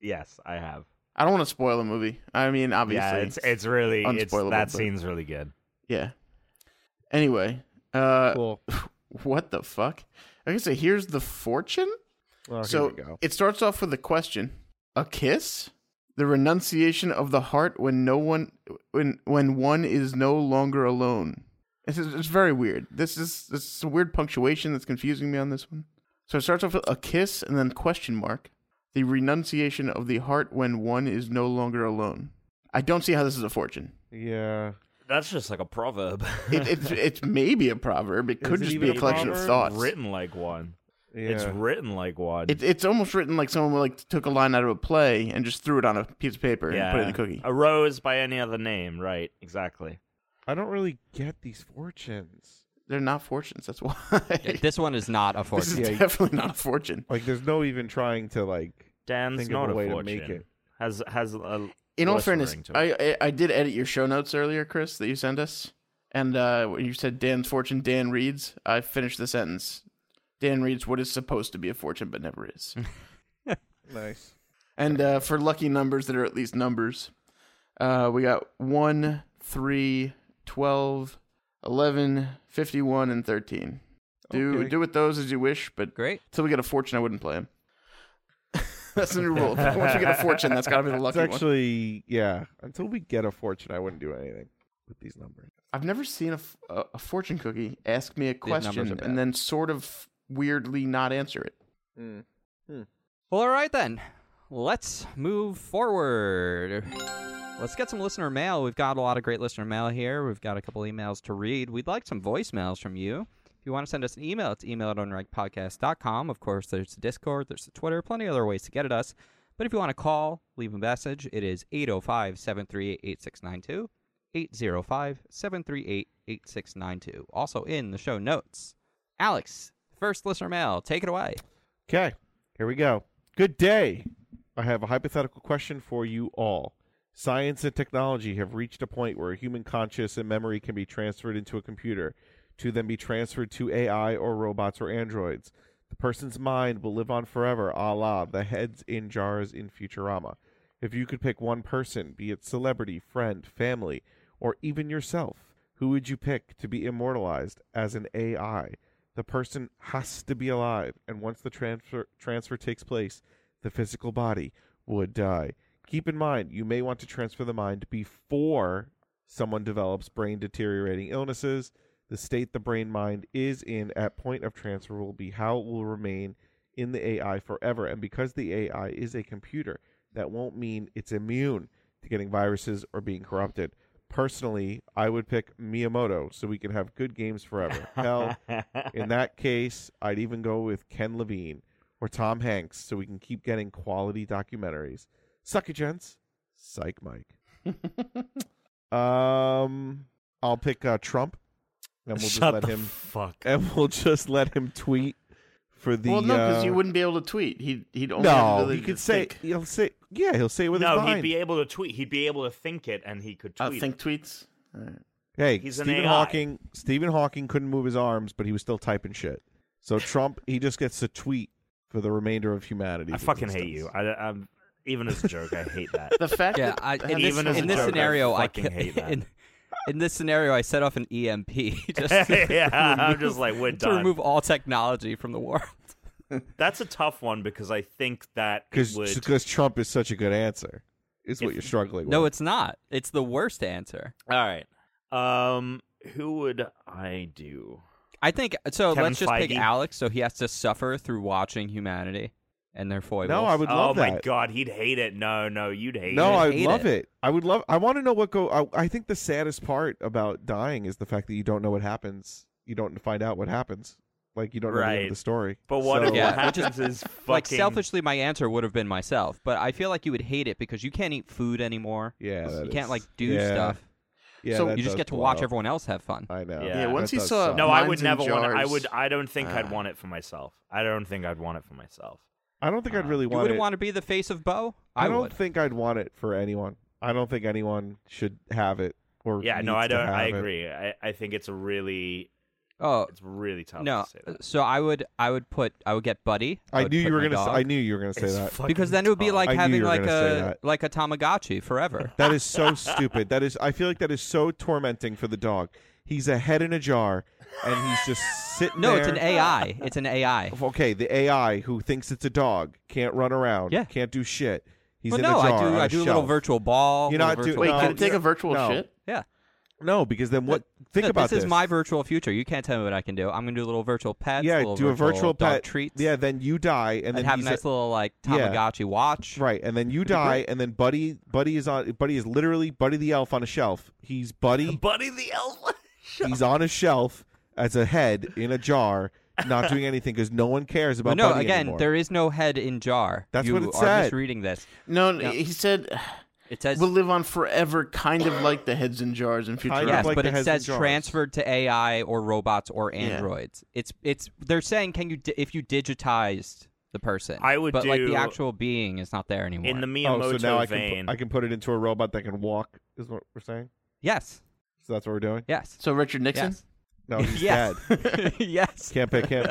yes, I have.
I don't want to spoil the movie. I mean, obviously,
Yeah, it's it's really it's,
unspoilable,
that
but-
scene's really good.
yeah. Anyway, uh,
Cool.
(laughs)
Oh,
what the fuck? I can say here's the fortune.
Well, Oh, here
so
we go.
it starts off with a question: a kiss, the renunciation of the heart when no one, when when one is no longer alone. It's it's very weird. This is this is a weird punctuation that's confusing me on this one. So it starts off with a kiss and then question mark, the renunciation of the heart when one is no longer alone. I don't see how this is a fortune.
Yeah.
That's just like a proverb.
It,
(laughs)
(laughs)
it's it's maybe a proverb. It could
it
just
even
be
a
a collection of
proverb?
thoughts.
Written like one.
Yeah.
It's written like one.
It, it's almost written like someone like took a line out of a play and just threw it on a piece of paper and put it in a
Oh.
cookie.
A rose by any other name, right? Exactly.
I don't really get these fortunes.
They're not fortunes. That's why.
Yeah, This one is not a
(laughs) this is
fortune.
(laughs)
yeah, you-
definitely not a fortune.
Like, there's no even trying to like.
Dan's
Think of
not
a
a,
way to
fortune.
make it.
Has has a
In all
worse
fairness,
ring to it.
I, I I did edit your show notes earlier, Chris, that you sent us, and uh, when you said Dan's fortune, Dan reads. I finished the sentence. Dan reads what is supposed to be a fortune but never is.
Nice.
and uh, for lucky numbers that are at least numbers, uh, we got 1, 3, 12, 11, 51, and 13. Do
Okay.
do with those as you wish, but
Great.
Until we get a fortune, I wouldn't play him. (laughs) that's the new
(laughs)
rule. Once we get a fortune, that's got to be the
It's
lucky one.
actually yeah. Until we get a fortune, I wouldn't do anything with these numbers.
I've never seen a, f- a- a fortune cookie ask me a
numbers are
question
bad.
and then sort of weirdly not answer it.
Well, all right then. Let's move forward. Let's get some listener mail. We've got a lot of great listener mail here. We've got a couple emails to read. We'd like some voicemails from you. If you want to send us an email, it's email at unrankedpodcast.com. Of course, there's the Discord, there's the Twitter, plenty of other ways to get at us. But if you want to call, leave a message, it is 805 738 8692. 805 738 8692. Also in the show notes. Alex, first listener mail, take it away.
Okay, here we go. Good day. I have a hypothetical question for you all. Science and technology have reached a point where human conscious and memory can be transferred into a computer, to then be transferred to AI or robots or androids. The person's mind will live on forever, a la the heads in jars in Futurama. If you could pick one person, be it celebrity, friend, family, or even yourself, who would you pick to be immortalized as an AI? the person has to be alive, and once the transfer transfer takes place, the physical body would die. Keep in mind, you may want to transfer the mind before someone develops brain deteriorating illnesses. The state the brain mind is in at point of transfer will be how it will remain in the AI forever. And because the AI is a computer, that won't mean it's immune to getting viruses or being corrupted. Personally, I would pick Miyamoto so we can have good games forever.
(laughs)
Hell, in that case, I'd even go with Ken Levine or Tom Hanks so we can keep getting quality documentaries. Suck it, gents. Psych
(laughs)
Mike. Um, I'll pick uh, Trump, and we'll
Shut the
just let him.
fuck.
(laughs) And we'll just let him tweet for the.
well, no, because
uh,
you wouldn't be able to tweet. He'd he'd only have the
No,
ability
he could
to
say
think.
he'll say yeah he'll say it with
No,
his mind.
he'd be able to tweet. He'd be able to think it, and he could
Uh,
tweet.
think tweets. All right.
Hey,
He's an
Stephen
AI.
Hawking. Stephen Hawking couldn't move his arms, but he was still typing shit. So Trump, he just gets to tweet for the remainder of humanity.
I fucking hate you. I, I'm even as a joke. I hate that.
The fact (laughs)
Yeah,
that
I,
that
in
this- even
this,
as
in
a
this
joke, I
scenario, I
fucking
ca-
hate that.
In, in this scenario, I set off an EMP (laughs) just
(laughs)
to,
yeah, I'm
remove-
just like we're
to
done.
remove all technology from the world.
That's a tough one because I think that it would.
because Trump is such a good answer. Is what
If-
you're struggling with.
No, it's not. It's the worst answer.
All right. Um, who would I do?
I think so.
Kevin
let's just pick
Feige.
Alex, so he has to suffer through watching humanity and their foibles.
no. I would
Oh
love
my
that.
god, he'd hate it. No, no, you'd hate
No,
would
I
it.
would
hate
love
it.
it. I would love. I want to know what go. I, I think the saddest part about dying is the fact that you don't know what happens. You don't find out what happens. Like you don't know the, end
Right.
of the story.
But what
So-
if
Yeah,
what
which is-
happens is fucking
(laughs) like selfishly, my answer would have been myself, but I feel like you would hate it because you can't eat food anymore.
Yeah, that
you can't
is-
like do
yeah,
stuff.
Yeah,
So
that
You just
does
get to
blow
watch
up.
everyone else have fun.
I know.
Yeah. Yeah,
once
that
he
does
saw-
suck.
No, I
Mine's
would
in
never want. I
jars.
would. I don't think I'd
Ah.
want it for myself. I don't think I'd want it for myself.
I don't think I'd
Uh,
really
You
want
wouldn't
it.
want to be the face of Bo.
I,
I,
don't
would.
think I'd want it for anyone. I don't think anyone should have it or
Yeah, no,
needs
I
to
don't. I
have it.
agree. I, I think it's a really,
oh
it's really tough.
no.
to say that.
So I would. I would put. I would get Buddy.
I,
would
knew
put
you were
my
gonna. s-
dog.
I knew you were gonna say that.
because then it would be like
I knew
having
you were
like
gonna say
a
that.
like a Tamagotchi
(laughs)
forever.
That is so stupid. That is. I feel like that is so tormenting for the dog. He's a head in a jar, and he's just sitting.
No,
there.
it's an
(laughs)
AI. It's an AI.
Okay, the AI who thinks it's a dog can't run around.
Yeah.
can't do shit. He's
well,
in
no,
a jar.
I do.
on
I
a
do a
shelf.
little virtual ball.
You're
little
not do-
virtual
wait,
No,
can it take
you're-
a virtual
no.
shit?
Yeah.
No, because then what? think
No,
about
this. is my virtual future. You can't tell me what I can do. I'm gonna do a little virtual pets.
yeah.
little
Do a virtual
dog
pet
treats.
Yeah, then you die, and
and
then
have a
he's
nice little like
Yeah.
Tamagotchi watch.
Right, and then you
be
die,
great.
and then Buddy, Buddy is on. Buddy is literally Buddy the elf on a shelf. He's Buddy.
Buddy the Elf.
(laughs) he's on a shelf as a head in a jar, not doing anything because no one cares
But
about.
no,
Buddy
again,
anymore.
there is no head in jar.
That's
you
what it
are
said.
misreading this.
No, no,
Yeah.
he said
It says
will live on forever, kind of like the heads in jars in future.
Kind of
yes,
like
but
the
it
heads
says
in jars.
transferred to AI or robots or
Yeah.
androids. It's it's they're saying can you di- if you digitized the person.
I would
but like
do-
the actual being is not there anymore.
In the
Oh,
Miyamoto
so now I
vein,
can pu- I can put it into a robot that can walk. Is what we're saying.
yes,
So that's what we're doing.
yes,
So Richard Nixon?
yes, (laughs)
No, Oh, he's
yes,
dead.
(laughs) yes.
Can't pick him.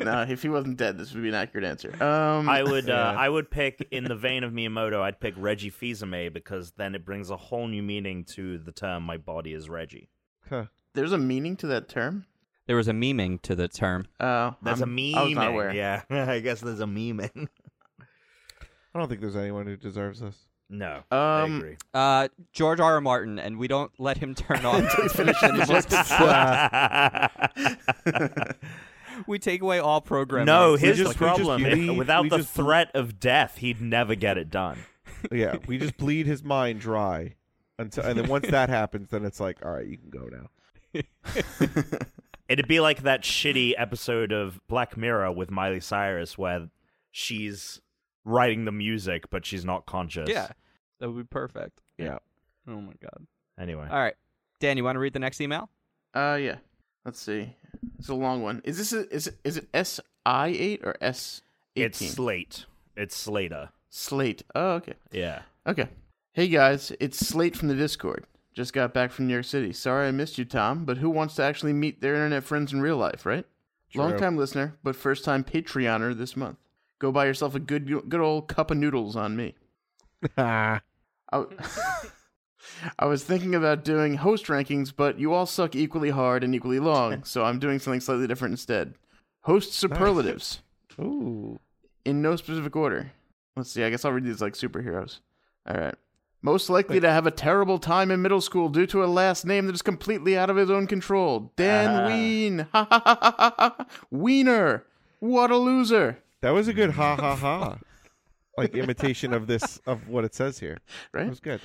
No, if he wasn't dead, this would be an accurate answer. Um,
I would uh,
(laughs) Yeah.
I would pick in the vein of Miyamoto. I'd pick Reggie Fils-Aimé because then it brings a whole new meaning to the term "my body is Reggie."
Huh.
there's a meaning to that term.
There was a memeing to the term.
Uh,
There's
I'm-
a meme.
I was not aware.
Yeah, (laughs) I guess there's a meme.
I don't think there's anyone who deserves this.
(laughs) no, I
Um,
agree.
Uh, George R. R. Martin, and we don't let him turn on. (laughs) we take away all programming.
no,
We
his
just- we just
problem
believe-
is without
we
the
just-
threat of death, he'd never get it done.
Yeah, we just bleed his mind dry until, and then once that happens, then it's like, all right, you can go (laughs) now.
It'd be like that shitty episode of Black Mirror with Miley Cyrus where she's writing the music but she's not conscious. (laughs)
Yeah, that would be perfect.
Yeah.
Oh my god.
Anyway.
All right, Dan, you want to read the next email?
Uh, yeah. Let's see. It's a long one. Is this a, is it, is it S I eight or S
It's
eighteen?
Slate. It's Slater.
Slate. Oh, okay.
Yeah.
Okay. Hey guys, it's Slate from the Discord. Just got back from New York City. Sorry I missed you, Tom, but who wants to actually meet their internet friends in real life, right? Long time listener, but first time Patreoner this month. Go buy yourself a good good old cup of noodles on me.
Ah,
I, (laughs) I was thinking about doing host rankings, but you all suck equally hard and equally long, so I'm doing something slightly different instead. Host superlatives
Ooh.
in no specific order. Let's see. I guess I'll read these like superheroes. All right. Most likely to have a terrible time in middle school due to a last name that is completely out of his own control. Dan
Ah.
Ween. (laughs) Ha ha ha ha ha ha. Wiener. What a loser.
That was a good ha ha ha. like imitation of this of what it says here. That
Right?
was good.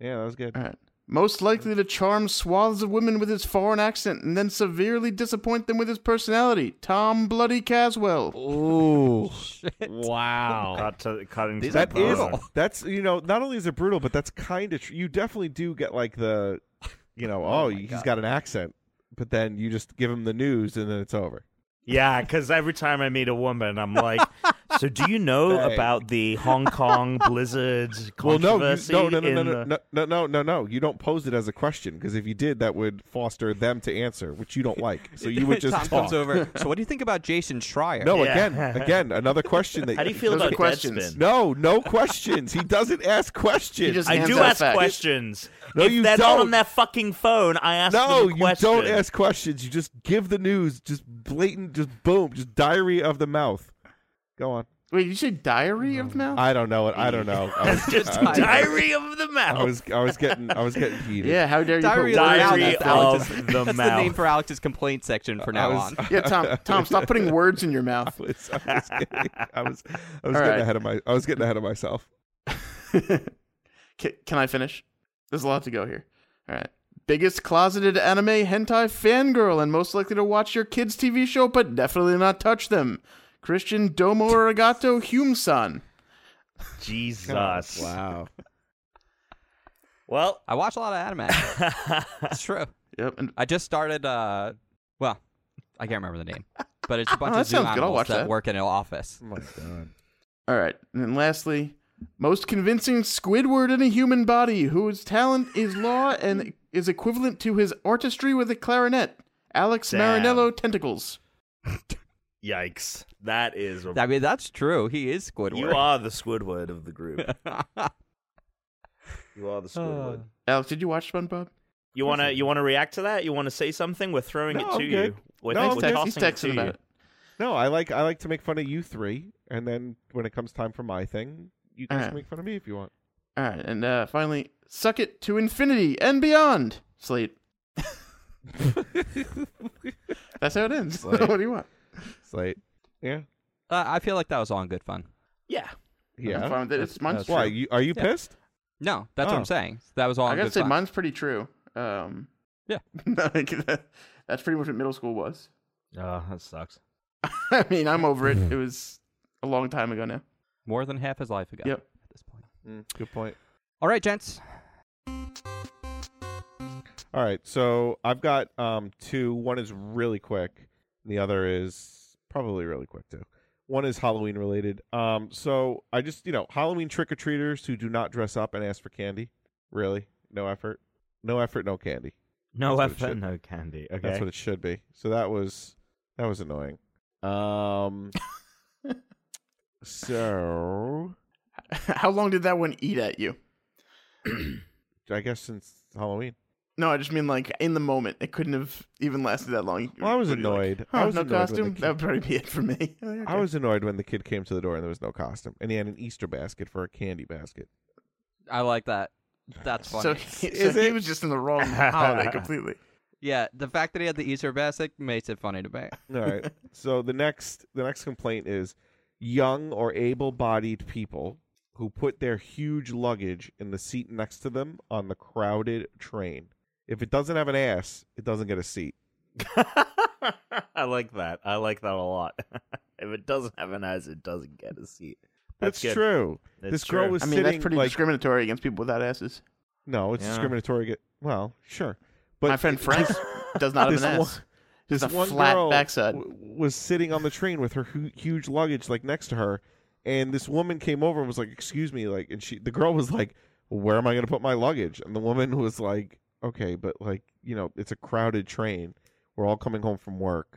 Yeah, that was good.
All right. Most likely to charm swaths of women with his foreign accent and then severely disappoint them with his personality. Tom Bloody Caswell.
(laughs)
Ooh. wow.
Cut to cutting.
These
to
are
the
That is
bone.
that's you know not only is it brutal, but that's kind of true. You definitely do get like the, you know, oh,
my
he's
God.
got an accent, but then you just give him the news and then it's over.
Yeah, because every time I meet a woman, I'm like, "So do you
(laughs)
know
Dang.
about the Hong Kong (laughs) Blizzard
Well, no, you,
controversy?"
no, no, no,
in
no,
the-
no, no, no, no, no, no. You don't pose it as a question because if you did, that would foster them to answer, which you don't like.
(laughs)
So you would just
Tom
talk.
comes
(laughs)
over. So what do you think about Jason Schreier?
No,
Yeah.
again, again, another question that
How do you feel
Those are
about
questions.
Deadspin?
(laughs) No, no questions. He doesn't ask questions.
He just
I
Hands
do
out
ask
facts.
questions.
No,
if
you
they're not
don't.
on their fucking phone, I ask
no,
them
you
questions. (laughs)
don't ask questions. You just give the news, just blatant, just boom, just diary of the mouth. Go on.
Wait, did you say diary
Mm.
of the mouth?
I don't know it. I don't know. I was,
(laughs) Just
I,
diary of the
I
mouth.
was, I was getting, I was getting heated.
yeah, how dare you
Diary
put
of the
words
Mouth. That's
(laughs) Diary
in that thing?
Alex's-
of the
That's the name
mouth.
for Alex's complaint section from
I
now
was,
on.
(laughs) Yeah, Tom, Tom, stop putting words in your
(laughs)
mouth.
I was, I was getting, I was, I was
All
getting
right.
ahead of my, I was getting ahead of myself.
Ca can I finish? There's a lot to go here. All right. Biggest closeted anime hentai fangirl and most likely to watch your kids' TV show, but definitely not touch them. Christian Domo Arigato Hume-san.
Jesus.
Wow.
Well, (laughs)
I watch a lot of anime. it's true.
Yep. And
I just started. uh Well, I can't remember the name, but
(laughs)
it's a bunch
Oh,
of
that
zoo
sounds good. I'll
animals
watch
that,
that. Mm.
work in an office.
Oh my god.
all right. And then lastly, most convincing Squidward in a human body, whose talent is law and is equivalent to his artistry with a clarinet. Alex
Damn.
Marinello Tentacles.
yikes. That is.
I mean, that's true. He is Squidward. Uh,
you are the Squidward of
(laughs)
the group. You are the Squidward.
Alex, did you watch SpongeBob?
you wanna you wanna react to that? You wanna say something? We're throwing
No,
it to
I'm good.
you. We're, we're
No, I'm
He's
good.
text-
tossing
he's texting
it to
about
you.
it.
No, I like, I like to make fun of you three, and then when it comes time for my thing, you guys
Alright.
can make fun of me if you want.
All right, and uh, finally, suck it to infinity and beyond.
(laughs)
Slate. That's how it ends.
Slate.
(laughs) what do you want?
It's like, yeah,
Uh, I feel like that was all in good fun.
Yeah.
yeah.
I'm fine with it. It's mine's true.
Why? You, are you
Yeah.
pissed?
No, that's what
Oh.
I'm saying. That was all
I
in
gotta
good
say,
fun.
mine's pretty true. Um,
Yeah.
(laughs) like, that- that's pretty much what middle school was. (laughs)
Oh, that sucks.
I mean, I'm
(laughs)
over it. It was a long time ago now. (laughs)
More than half his life ago.
Yep.
At this point.
Mm, Good point.
All right, gents.
All right, so I've got um two. One is really quick. The other is probably really quick too. One is Halloween related. Um, so I just you know Halloween trick or treaters who do not dress up and ask for candy. Really, no effort, no effort, no candy.
No
That's what it
effort,
should-
no candy. Okay.
That's what it should be. So that was that was annoying.
(laughs)
Um, so
how long did that one eat at you?
I guess since Halloween,
No, I just mean like in the moment. It couldn't have even lasted that long.
well, I was
What are you like,
annoyed.
huh,
I was
no
annoyed when the
costume.
kid-
That would probably be it for me. (laughs)
I was annoyed when the kid came to the door and there was no costume, and he had an Easter basket for a candy basket.
I like that. That's funny.
(laughs) So, he,
Is
so he
it?
was just in the wrong (laughs) holiday completely.
yeah, the fact that he had the Easter basket makes it funny to me.
All right. (laughs) so the next the next complaint is young or able-bodied people who put their huge luggage in the seat next to them on the crowded train. If it doesn't have an ass, it doesn't get a seat.
(laughs) I like that. I like that a lot. (laughs) if it doesn't have an ass, it doesn't get a seat.
That's,
That's good.
true.
It's
This girl
true.
was
I mean,
sitting
that's pretty
like
discriminatory against people without asses.
no, it's
Yeah.
discriminatory. Get well, sure, but
My friend
it-
Frank
this-
(laughs) does not have
this
an
one-
ass. He's
(laughs)
a
this one
flat
girl
backside.
w- was sitting on the train with her hu- huge luggage like next to her, and this woman came over and was like, "Excuse me," like, and she the girl was like, "Where am I going to put my luggage?" And the woman was like, "Okay, but like you know, it's a crowded train. We're all coming home from work.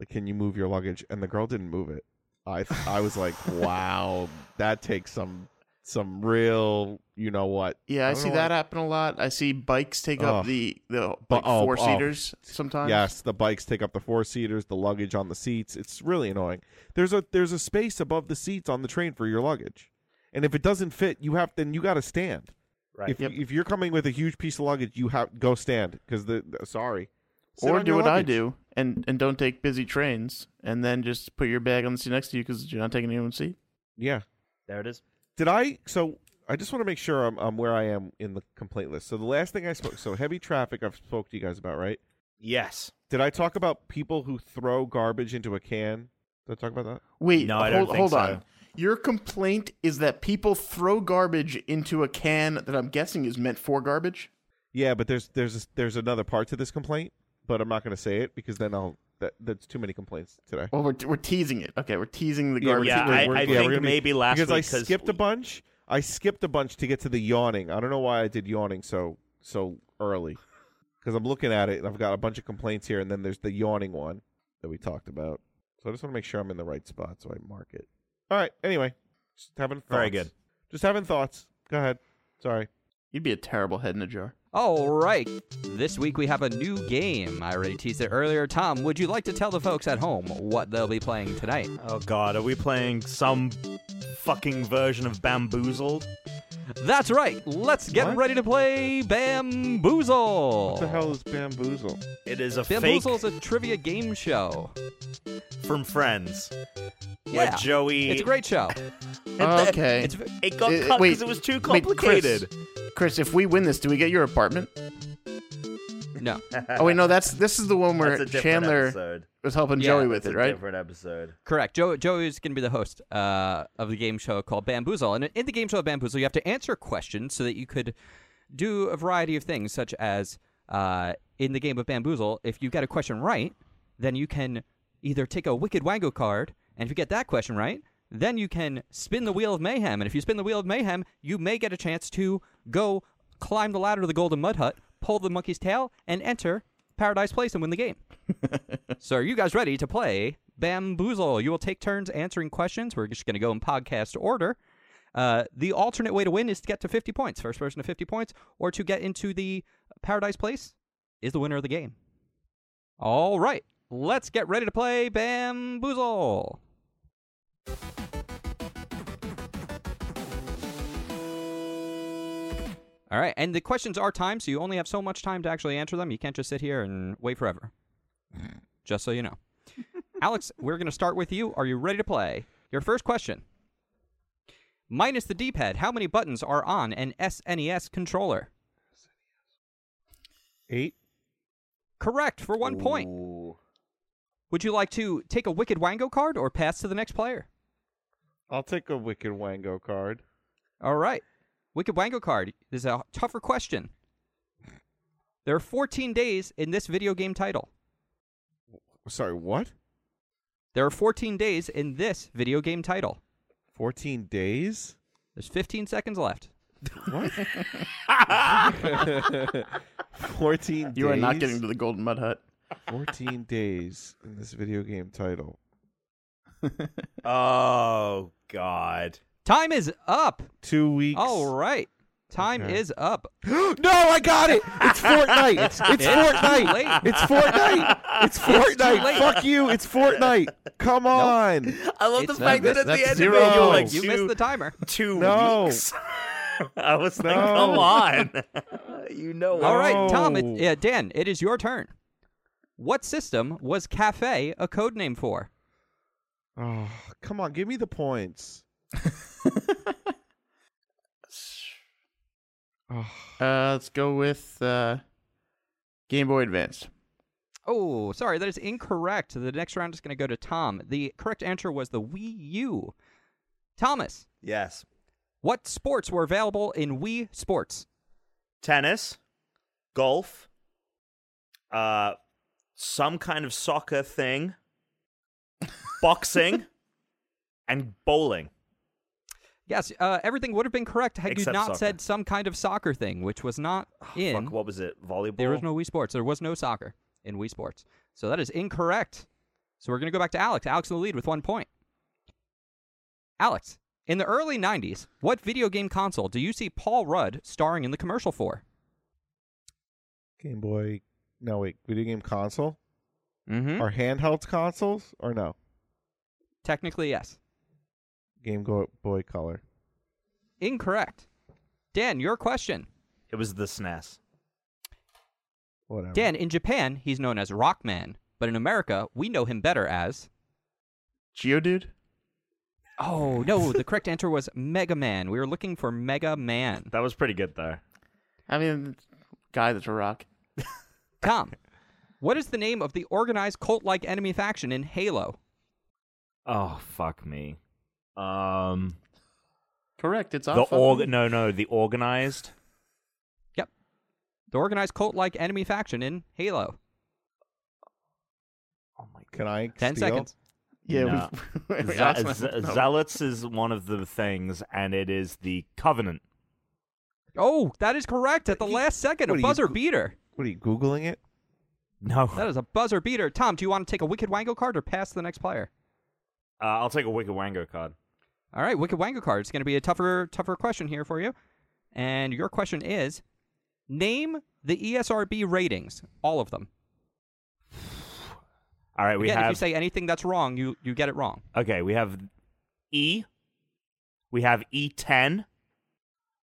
Like, can you move your
(laughs)
luggage?" And the girl didn't move it. I I was like, "Wow, that takes some some real, you know what?
Yeah, I,
don't
see
know
that happen a lot. I see bikes take
Ugh.
up the the
Bu-
like,
oh,
four
oh.
seaters sometimes.
Yes, the bikes take up the four seaters, the luggage on the seats. It's really annoying. There's a there's a space above the seats on the train for your luggage, and if it doesn't fit, you have then you got to stand.
Right.
If, if you're coming with a huge piece of luggage, you have go stand because the, the- sorry. Sit
or
on
do
your
what I
luggage.
do and and don't take busy trains and then just put your bag on the seat next to you because you're not taking anyone's seat.
Yeah.
There it is.
Did I? So I just want to make sure I'm, I'm where I am in the complaint list. So the last thing I spoke, so heavy traffic, I've spoke to you guys about, right?
Yes.
Did I talk about people who throw garbage into a can? Did I talk about that?
Wait,
No,
hold,
I don't think
hold
so.
on. Your complaint is that people throw garbage into a can that I'm guessing is meant for garbage.
Yeah, but there's there's there's another part to this complaint, but I'm not going to say it because then I'll that that's too many complaints today.
Well, we're, we're teasing it. Okay, we're teasing the
Yeah, we're
garbage.
te-
Yeah,
we're-
I,
we're-
I
yeah, we're
think
gonna be-
maybe last
because
week
I skipped a bunch. I skipped a bunch to get to the yawning. I don't know why I did yawning so so early. Because I'm looking at it and I've got a bunch of complaints here, and then there's the yawning one that we talked about. So I just want to make sure I'm in the right spot so I mark it. All right. Anyway, just having thoughts.
Very good.
Just having thoughts. Go ahead. Sorry.
You'd be a terrible head in a jar.
All right. This week we have a new game. I already teased it earlier. Tom, would you like to tell the folks at home what they'll be playing tonight?
Oh god, are we playing some fucking version of Bamboozled?
That's right. Let's get
What?
ready to play Bamboozle.
What the hell is bamboozle?
It is a
Bamboozle's a trivia game show.
fake from Friends. Where
Yeah.
Joey
It's a great show.
okay.
It's v-
It got
Uh,
cut
wait,
because it was too
wait, Chris.
complicated.
(laughs) Chris, if we win this, do we get your apartment?
no.
Oh wait, no, that's this is the one where
That's a different
Chandler
episode.
was helping
Yeah,
Joey with
That's
it,
a
right?
Different episode.
Correct. Joe Joey is going to be the host uh, of the game show called Bamboozle, and in the game show of Bamboozle, you have to answer questions so that you could do a variety of things, such as uh, in the game of Bamboozle, if you get a question right, then you can either take a Wicked Wango card, and if you get that question right, then you can spin the Wheel of Mayhem, and if you spin the Wheel of Mayhem, you may get a chance to go climb the ladder to the Golden Mud Hut, pull the monkey's tail, and enter Paradise Place and win the game. So, are you guys ready to play Bamboozle? You will take turns answering questions. We're just going to go in podcast order. Uh, the alternate way to win is to get to 50 points. First person to 50 points, or to get into the Paradise Place is the winner of the game. All right, let's get ready to play Bamboozle. All right, and the questions are timed, so you only have so much time to actually answer them. You can't just sit here and wait forever just so you know. Alex, we're going to start with you. Are you ready to play? Your first question. Minus the D pad, how many buttons are on an SNES controller?
Eight.
Correct for one point.
Ooh.
Would you like to take a Wicked Wango card or pass to the next player?
I'll take a wicked wango card.
All right. Wicked Wango card This is a tougher question. There are 14 days in this video game title.
Sorry. What?
There are 14 days in this video game title.
Fourteen days.
There's 15 seconds left. (laughs)
What? (laughs) 14 days.
You are not getting to the Golden Mud Hut.
14 days in this video game title.
Oh god.
Time is up.
2 weeks.
All right. Time
Okay.
is up.
(gasps) No, I got it. It's
(laughs)
Fortnite. It's, it's
Too
Fortnite.
late.
It's Fortnite.
(laughs)
It's Fortnite.
late.
Fuck you. It's Fortnite. Come
(laughs)
on.
I love
It's
the
not-
fact that at
that's
the end
zero.
of it, you're like
You
two,
missed the timer.
two
No.
weeks. (laughs) I was like,
No.
come on. (laughs) you know
All
what?
right, Tom. It,
No.
yeah, Dan, it is your turn. What system was Cafe a code name for?
Oh, come on. Give me the points. Oh,
Uh, let's go with uh, Game Boy Advance.
Oh, sorry, that is incorrect. The next round is going to go to Tom. The correct answer was the Wii U. Thomas,
Yes.
what sports were available in Wii Sports?
Tennis, golf, uh some kind of soccer (laughs) thing, boxing, and bowling.
Yes, uh, everything would have been correct had you
Except
not
soccer. Ah,
said some kind of soccer thing, which was not in
Oh, Fuck, what was it? Volleyball?
The original Wii Sports. There was no soccer in Wii Sports. So that is incorrect. So we're going to go back to Alex. Alex in the lead with one point. Alex, In the early 90s, what video game console do you see Paul Rudd starring in the commercial for?
Game Boy. No, wait. Video game console?
Mm-hmm.
Are handhelds consoles or no?
Technically, yes.
Game Go- Boy Color.
Incorrect. Dan, your question.
It was the E SNES.
Whatever.
Dan, in Japan, he's known as Rockman, but in America, we know him better as.
Geodude?
Oh, no, the correct answer was Mega Man. We were looking for Mega Man.
That was pretty good though.
I mean, guy that's a rock.
Tom, what is the name of the organized cult like enemy faction in Halo?
Oh fuck me. Um,
Correct. It's
the
off.
org. No, no, the organized.
Yep. The organized cult like enemy faction in Halo.
Oh my god.
Can I?
10
steal?
seconds.
yeah,
Nah.
(laughs) we, we
Ze-
asked
ze-
my- no.
Zealots is one of the things, and it is the Covenant.
Oh, that is correct at the last second. A
what are you-
buzzer beater.
What are you Googling it?
No,
That is a buzzer beater. Tom, do you want to take a Wicked Wango card or pass to the next player?
uh, I'll take a Wicked Wango card.
All right, Wicked Wango card. It's going to be a tougher, tougher question here for you. And your question is name the E ESRB ratings, all of them.
All right, we
Again, if you
have
say anything that's wrong, you, you get it wrong.
okay. We have E. We have E ten.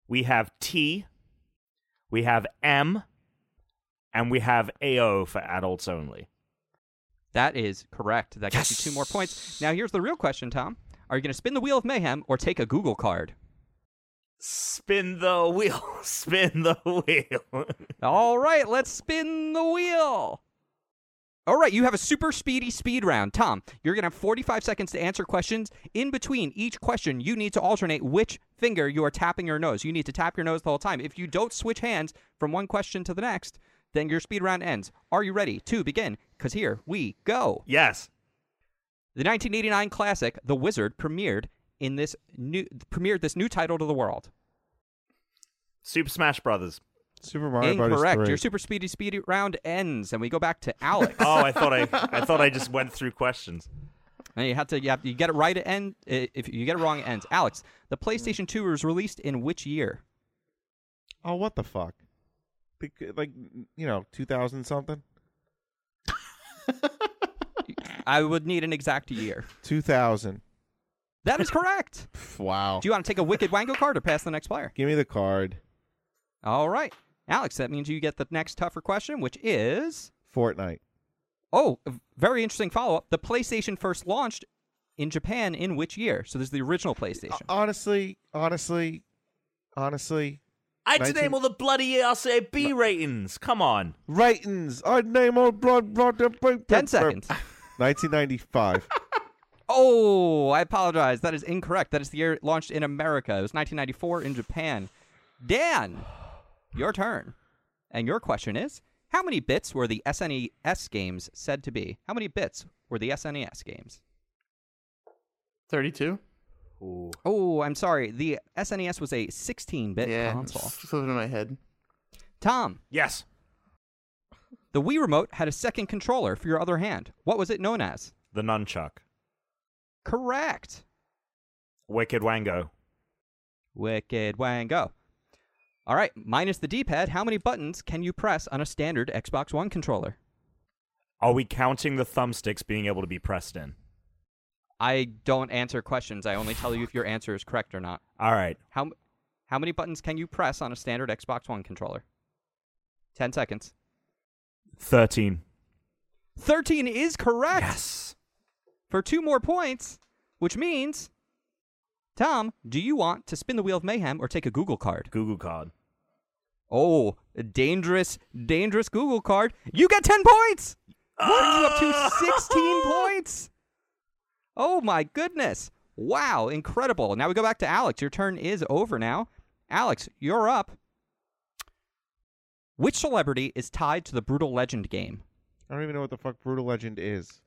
We have T. We have M. And we have AO for adults only.
That is correct. That gets you two more points. Now, here's the real question, Tom. Are you going to spin the wheel of mayhem or take a Google card?
Spin the wheel. (laughs) Spin the wheel.
All right, let's spin the wheel. All right, you have a super speedy speed round. Tom, you're going to have 45 seconds to answer questions. In between each question, you need to alternate which finger you are tapping your nose. You need to tap your nose the whole time. If you don't switch hands from one question to the next, then your speed round ends. Are you ready to begin? Because here we go.
(laughs) yes.
The 1989 classic The Wizard premiered in this new premiered this new title to the world.
Super Smash Brothers.
Super Mario Brothers
Incorrect.
3.
Your super speedy speed round ends, and we go back to Alex.
(laughs) Oh, I thought I, I thought I just went through questions.
And you have to you, have, you get it right at end. i- If you get it wrong, it ends. Alex, the PlayStation 2 was released in which year?
oh, what the fuck? Bec- Like, you know, 2000 something?
I would need an exact year.
2000.
That is correct.
Pff, Wow.
Do you want to take a wicked wango card or pass the next player?
Give me the card.
All right, Alex. That means you get the next tougher question, which is
Fortnite.
oh, a very interesting follow up. The PlayStation first launched in Japan in which year? So this is the original PlayStation.
uh, Honestly, honestly, honestly.
I had to
19
name all the bloody ERCB ratings. Come on.
Ratings. I'd name all blood, blood, blood, blood,
Ten
blood.
seconds.
1995.
Oh, I apologize. That is incorrect. That is the year it launched in America. It was 1994 in Japan. Dan, your turn. And your question is How many bits were the SNES games said to be? How many bits were the SNES games?
32?
Oh, I'm sorry. The SNES was a 16 bit
yeah.
console.
Slipped in my head. (laughs)
Tom,
Yes.
the Wii Remote had a second controller for your other hand. What was it known as?
The Nunchuck.
Correct.
Wicked Wango.
Wicked Wango. All right, minus the D pad, how many buttons can you press on a standard Xbox One controller?
Are we counting the thumbsticks being able to be pressed in?
I don't answer questions. I only tell you if your answer is correct or not.
All right.
How m- how many buttons can you press on a standard Xbox One controller? 10 seconds.
13.
13 is correct
Yes.
for two more points, which means Tom, do you want to spin the wheel of mayhem or take a Google card?
Google
(laughs)
card.
Oh, a dangerous, dangerous Google card. You get 10 points! What are you up to? 16 points! Oh my goodness. Wow, incredible. Now we go back to Alex. Your turn is over now. Alex, you're up. Which celebrity is tied to the Brutal Legend game?
I don't even know what the fuck Brutal Legend is.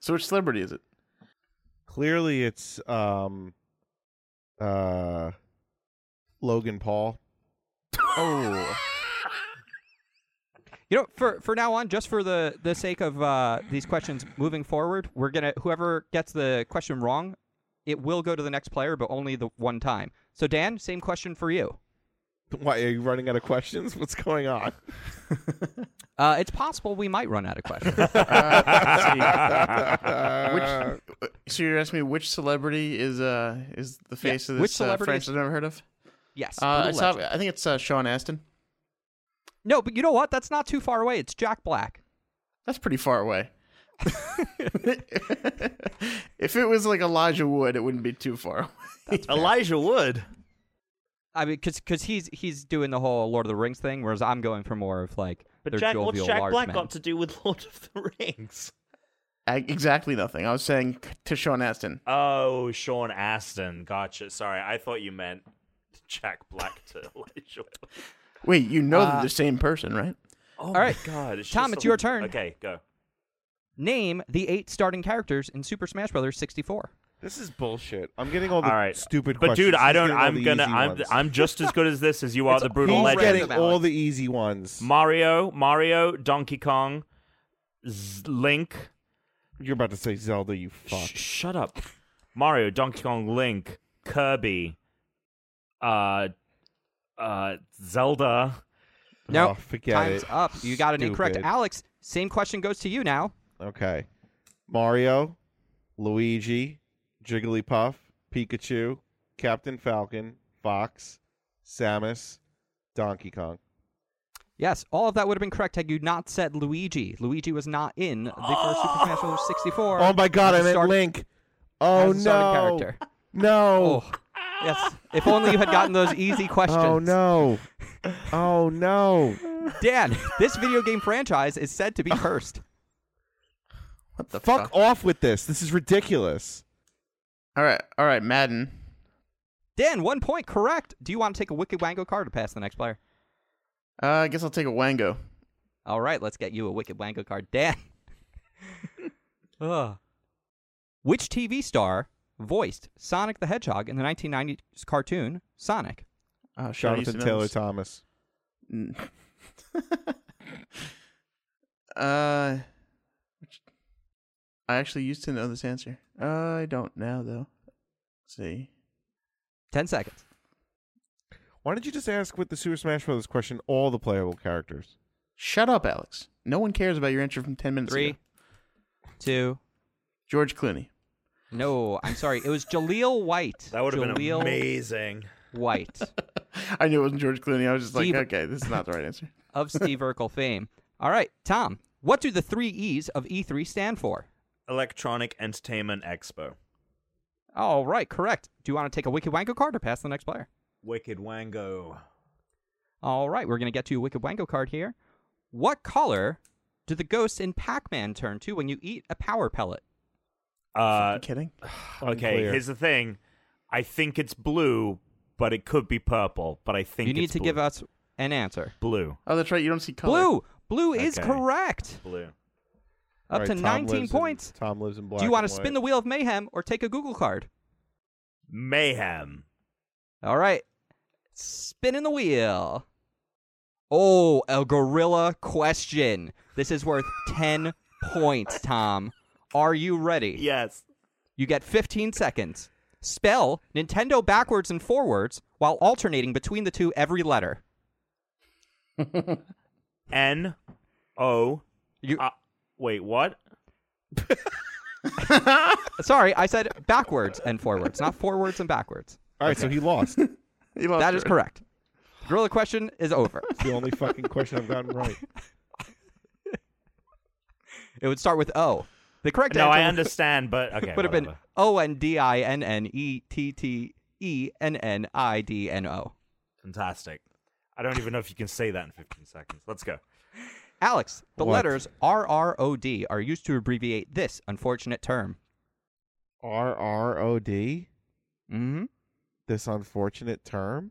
so which celebrity is it?
Clearly, it's um, uh, Logan Paul.
Oh.
You You know, for for now on, just for the the sake of uh, these questions moving forward, we're gonna whoever gets the question wrong, it will go to the next player, but only the one time. So Dan, same question for you.
Why are you running out of questions? (laughs) What's going on?
Uh, it's possible we might run out of questions.
(laughs) Ah, Uh,
Which, Uh, so you're asking me which celebrity is uh is the face of
which
this uh,
celebrity
franchise
is-
I've never heard of?
yes.
Uh, I,
Blue
saw,
Legend.
I think it's uh, Sean Astin.
No, but you know what? That's not too far away. It's Jack Black.
That's pretty far away. (laughs) if it was like Elijah Wood, it wouldn't be too far away.
Elijah Wood.
I mean, because he's he's doing the whole Lord of the Rings thing, whereas I'm going for more of like
But
their
Jack,
jovial
what's Jack
large
Black
men.
got to do with Lord of the Rings?
I, exactly nothing. I was saying to Sean Astin.
Oh, sh-
Sean Aston. Gotcha. Sorry, I thought you meant Jack Black to (laughs) Elijah Wood.
Wait, you know
Uh,
they're the same person, right?
Oh All
right.
God. It's
Tom,
just
it's
the-
your turn.
Okay, go.
Name the eight starting characters in Super Smash Bros. 64.
This is bullshit. I'm getting all the
all right.
stupid
but
questions.
dude, I
He's
don't.
getting all
I'm
the
gonna.
easy
I'm.
ones.
I'm just as good as this as you are. the brutal
He's
legend.
getting all the easy ones.
Mario, Mario, Donkey Kong, Z- Link.
You're about to say Zelda, you
Sh-
fuck.
shut up. Mario, Donkey Kong, Link, Kirby, uh, uh, Zelda.
No,
Oh, forget
time's
it.
up. You got it incorrect.
Stupid.
Alex, same question goes to you now.
Okay. Mario, Luigi, Jigglypuff, Pikachu, Captain Falcon, Fox, Samus, Donkey Kong.
Yes, all of that would have been correct had you not said Luigi. Luigi was not in the first Super Smash Bros. 64.
Oh my god,
as
I
a
meant
start-
Link.
as
Oh
a starting
no.
character.
No.
Oh, yes. If only you had gotten those easy questions.
Oh no.
(laughs)
Oh no.
Dan, this video game franchise is said to be cursed.
What the
Fuck off with this. This is ridiculous.
All right, all right, Madden.
Dan, one point correct. Do you want to take a Wicked Wango card to pass the next player?
Uh, I guess I'll take a Wango.
All right, let's get you a Wicked Wango card, Dan. Ugh. Which TV star voiced Sonic the Hedgehog in the 1990s cartoon Sonic?
Uh, shit, I used
Jonathan
to know
Taylor
this.
Thomas.
Mm. (laughs) uh, which- I actually used to know this answer. I don't now though. Let's see,
Ten seconds.
Why don't you just ask with the Super Smash Bros. question all the playable characters?
shut up, Alex. No one cares about your answer from ten minutes
Three,
ago.
two.
George Clooney.
No, I'm sorry. It was Jaleel White.
That would have been
Jaleel
amazing.
White
I knew it wasn't George Clooney. I was just like,
Steve-
okay, this is not the
(laughs)
right answer.
(laughs)
of Steve Urkel fame. All right, Tom. What do the three E's of E3 stand for?
Electronic Entertainment Expo.
All right, correct. Do you want to take a Wicked Wango card or pass the next player?
Wicked Wango.
All right, we're going to get to a Wicked Wango card here. What color do the ghosts in Pac Man turn to when you eat a power pellet?
Uh,
you kidding?
okay,
Unclear.
here's the thing. I think it's blue, but it could be purple. But I think
You need
it's
to
blue.
give us an answer.
blue.
Oh, that's right. You don't see color.
Blue! Blue is
Okay.
correct!
Blue.
Up
All
to
right, Tom
19
lives
points.
In, Tom lives in black.
Do you want
and
to spin
white.
the wheel of mayhem or take a Google card?
Mayhem.
All right, spinning the wheel. Oh, a gorilla question. This is worth 10 points, Tom. Are you ready?
Yes.
You get 15 seconds. Spell Nintendo backwards and forwards while alternating between the two every letter.
N O.
You-
uh, wait, what?
Sorry, I said backwards and forwards, not forwards and backwards.
All right, so he lost. It's
You lost
That is
George.
correct. Gorilla question is over.
the only fucking question I've gotten right.
It would start with O. The correct
No,
answer
I
(laughs) would-
understand, but okay.
would have been
whatever.
O N D I N N E T T E N N I D N O.
fantastic. I don't even know if you can say that in 15 seconds. Let's go.
Alex, the
What?
letters R R O D are used to abbreviate this unfortunate term.
R R O D.
Mm-hmm.
This unfortunate term.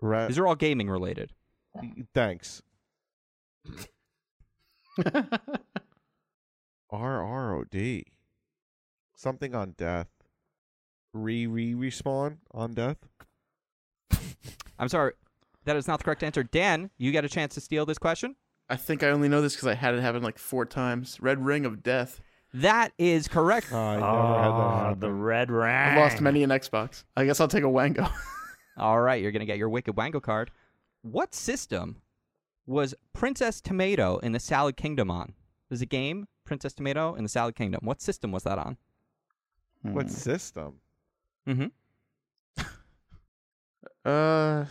Ra-
These are all gaming related.
(laughs) Thanks. R R O D. Something on death. Re re respawn on death.
I'm sorry. That is not the correct answer. Dan, you get a chance to steal this question.
I think I only know this because I had it happen like four times. Red Ring of Death.
That is correct.
I
Ah, the red rat.
I lost many an Xbox. I guess I'll take a Wango.
All right, you're going to get your Wicked Wango card. What system was Princess Tomato in the Salad Kingdom on? There's a game, Princess Tomato in the Salad Kingdom. What system was that on?
What system?
Mm-hmm.
(laughs) Uh,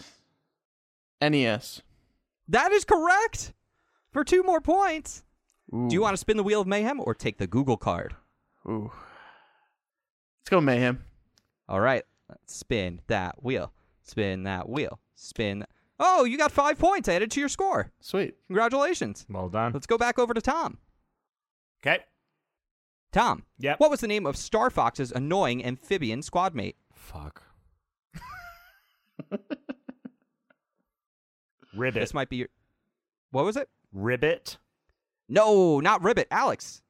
E NES.
That is correct for two more points.
Ooh.
Do you want to spin the Wheel of Mayhem or take the Google card?
Ooh. Let's go Mayhem.
All right, let's spin that wheel. Spin that wheel. Spin. Oh, you got five points added to your score.
Sweet.
Congratulations.
Well done.
Let's go back over to Tom.
Okay.
Tom,
Yep.
what was the name of Star Fox's annoying amphibian squad mate?
Fuck. (laughs) Ribbit.
This might be your. What was it?
Ribbit.
No, not Ribbit. Alex,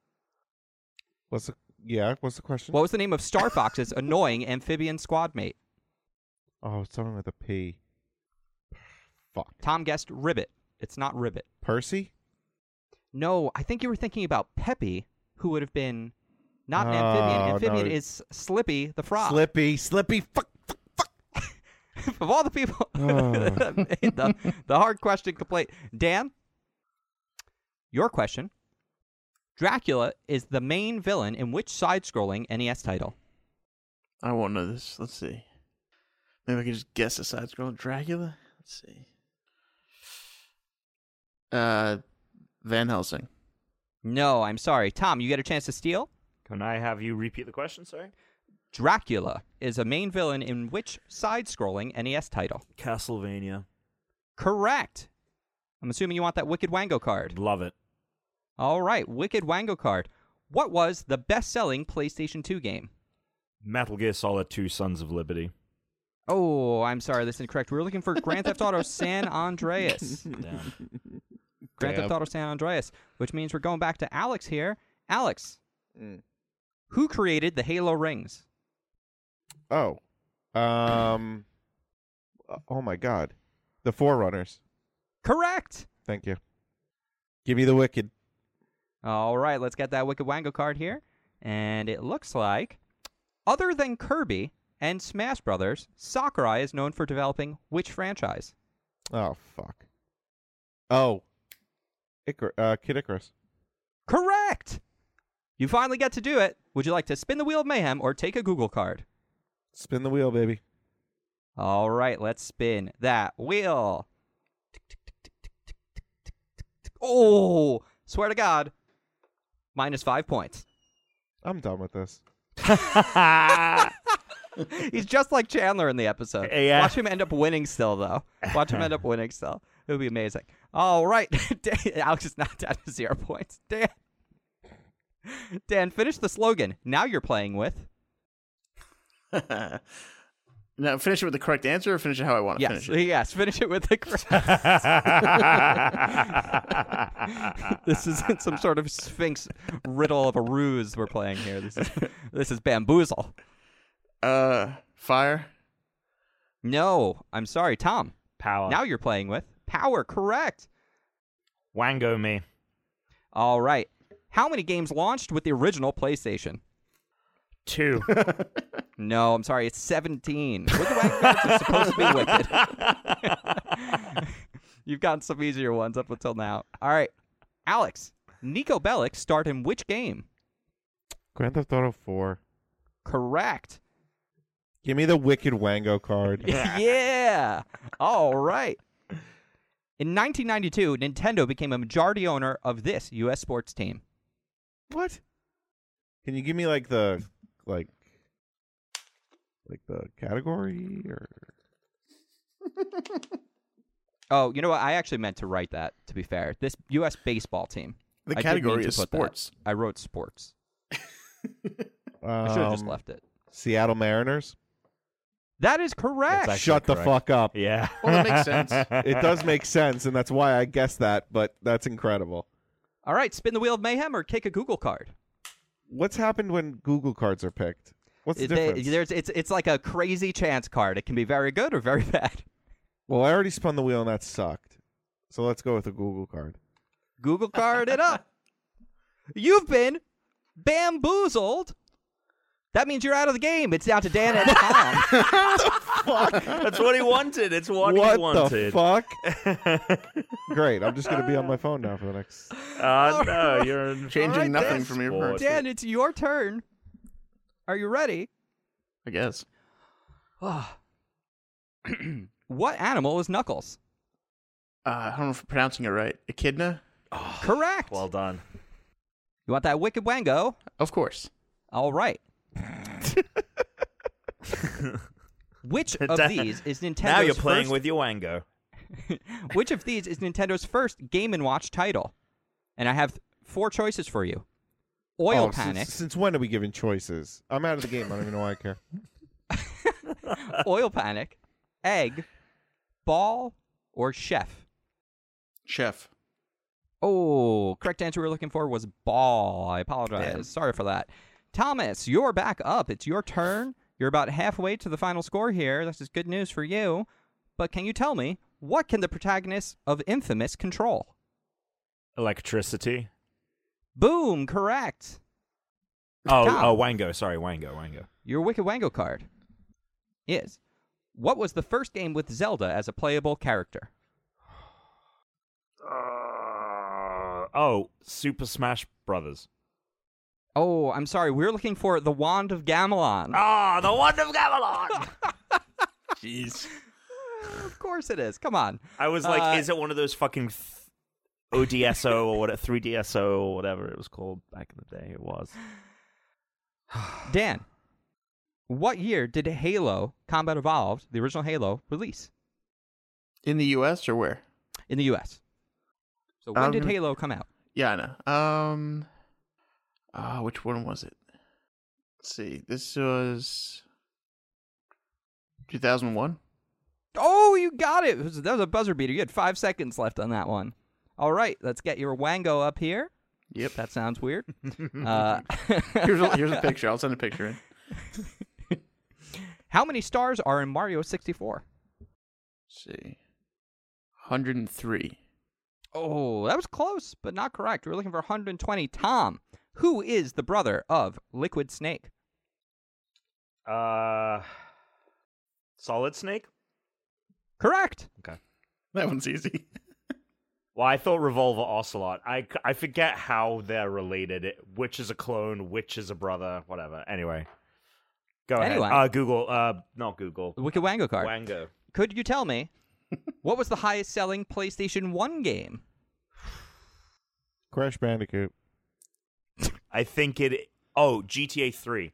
What's the yeah? What's the question?
what was the name of Star
(laughs)
Fox's annoying amphibian squad mate?
oh, it's something with a P. Fuck.
Tom guessed Ribbit. It's not Ribbit.
Percy.
No, I think you were thinking about Peppy, who would have been not an
Oh,
amphibian.
no.
Amphibian is Slippy the frog.
Slippy. Slippy. Fuck. fuck, fuck.
(laughs) of all the people (laughs)
Oh.
that made the, the hard question complete. Dan, your question. Dracula is the main villain in which side scrolling NES title?
I won't know this. Let's see. Maybe I can just guess a side scroll. Dracula? Let's see. Uh, Van Helsing. (laughs)
No, I'm sorry. Tom, you get a chance to steal.
Can I have you repeat the question? Sorry.
Dracula is a main villain in which side scrolling NES title?
Castlevania.
Correct. I'm assuming you want that Wicked Wango card.
Love it.
All right, Wicked Wango card. What was the best selling PlayStation 2 game?
Metal Gear Solid 2 Sons of Liberty.
Oh, I'm sorry, that's incorrect. We were looking for Grand Theft Auto San Andreas.
Damn.
Grand Theft Auto San Andreas, which means we're going back to Alex here. Alex, who created the Halo rings?
Oh. Um. oh my God. The Forerunners.
Correct.
Thank you. Give me the wicked.
All right, let's get that Wicked Wango card here. And it looks like, other than Kirby and Smash Brothers, Sakurai is known for developing which franchise?
Oh fuck. Oh. Icar- uh, Kid Icarus.
Correct. You finally get to do it. Would you like to spin the wheel of mayhem or take a Google card?
Spin the wheel, baby.
All right, let's spin that wheel. Tick, tick, tick, tick, tick, tick, tick, tick, tick, tick. Oh, swear to God. Minus five points. (laughs)
I'm done with this.
He's just like Chandler in the episode.
Yeah.
Watch him end up winning still, though. Watch him end up winning still. It would be amazing. All right. (laughs) Dan- Alex is not down to zero points. Dan. Dan, finish the slogan. Now you're playing with.
now, finish it with the correct answer or finish it how I want to
Yes.
finish it?
(laughs) Yes. Finish it with
(laughs)
the correct. (laughs) this isn't some sort of sphinx riddle of a ruse we're playing here. This is this is bamboozle.
Uh, Fire?
No, I'm sorry, Tom.
Uh.
Power.
Now you're playing with power. Correct.
Wango me.
All right. How many games launched with the original PlayStation?
Two.
No, I'm sorry, it's 17. Wicked Wacky Cards is supposed to be wicked.
(laughs)
You've gotten some easier ones up until now. All right, Alex. Nico Bellic starred in which game?
Grand Theft Auto Four.
Correct.
Give me the wicked Wango card. (laughs)
(laughs) yeah. All right. In 1992, Nintendo became a majority owner of this U.S. sports team.
What? Can you give me like the like like the category or
Oh, you know what? I actually meant to write that, to be fair. This U.S. baseball team.
The
I did mean
category
to
is
put that.
sports.
I wrote sports.
um,
I should have just left it.
Seattle Mariners?
That is correct.
That's actually
Shut the
correct.
(laughs)
fuck up.
Yeah.
Well, that makes sense.
(laughs)
It does make sense, and that's why I guessed that. But that's incredible.
All right, spin the wheel of mayhem or kick a Google card.
What's happened when Google cards are picked? What's the
It- they-
difference?
there's, it's, it's like a crazy chance card. It can be very (laughs) good or very bad.
Well, I already spun the wheel, and that sucked. So let's go with a Google card.
Google card it up. You've been bamboozled. That means you're out of the game. It's down to Dan and Tom.
That's what he wanted. It's what, he
what the
wanted.
fuck?
(laughs)
Great. I'm just gonna be on my phone now for the next.
Uh, no, you're
Changing
Alright,
nothing
Dan.
from your
Sport.
first.
Dan, it's your turn. Are you ready?
I guess.
what animal is Knuckles?
Uh, I don't know if I'm pronouncing it right. Echidna?
Correct.
well done.
you want that wicked wango?
Of course.
All right. Which of these is Nintendo's
now you're playing
first-
with your Wango.
Which of these is Nintendo's first Game and Watch title? And I have four choices for you: (laughs) Oil
Oh,
Panic,
(laughs) Since, since when are we giving choices? I'm out of the game. I don't even know why I care.
(laughs) Oil Panic, Egg, Ball, or Chef.
Chef.
Oh, correct answer we were looking for was ball. I apologize. Sorry for that. Thomas, you're back up. It's your turn. You're about halfway to the final score here. This is good news for you. But can you tell me what can the protagonist of Infamous control?
Electricity.
Boom, correct.
Oh,
Tom.
oh, Wango. Sorry, Wango, Wango.
Your Wicked Wango card is what was the first game with Zelda as a playable character?
Uh, oh, Super Smash Brothers.
Oh, I'm sorry. We're looking for the Wand of Gamelon.
Ah, the Wand of Gamelon.
Jeez.
(laughs) Of course it is. Come on.
(laughs) I was like,
Uh,
is it one of those fucking th- ODSO or what? 3DSO or whatever it was called back in the day? It was.
Dan, what year did Halo Combat Evolved, the original Halo, release
In the U.S. or where?
in the U.S.? So when
Um,
did Halo come out?
Yeah, I know. Um, uh, which one was it? Let's see. This was 2001.
Oh, you got it. It was- that was a buzzer beater. You had five seconds left on that one. All right, let's get your Wango up here.
(laughs) Yep.
That sounds weird. uh, (laughs)
Here's a, here's a picture. I'll send a picture in.
how many stars are in Mario 64?
Let's see. 103.
Oh, that was close, but not correct. We were looking for 120. Tom, who is the brother of Liquid Snake?
uh, Solid Snake.
Correct.
(laughs) That one's easy.
Well, I thought Revolver Ocelot. I, c- I forget how they're related. It, which is a clone, which is a brother, whatever. Anyway, go
Anyway.
ahead. Uh, Google. Uh, not Google.
Wicked Wango card.
Wango.
Could you tell
(laughs)
me what was the highest selling PlayStation 1 game?
Crash Bandicoot.
I think it. Oh, GTA 3.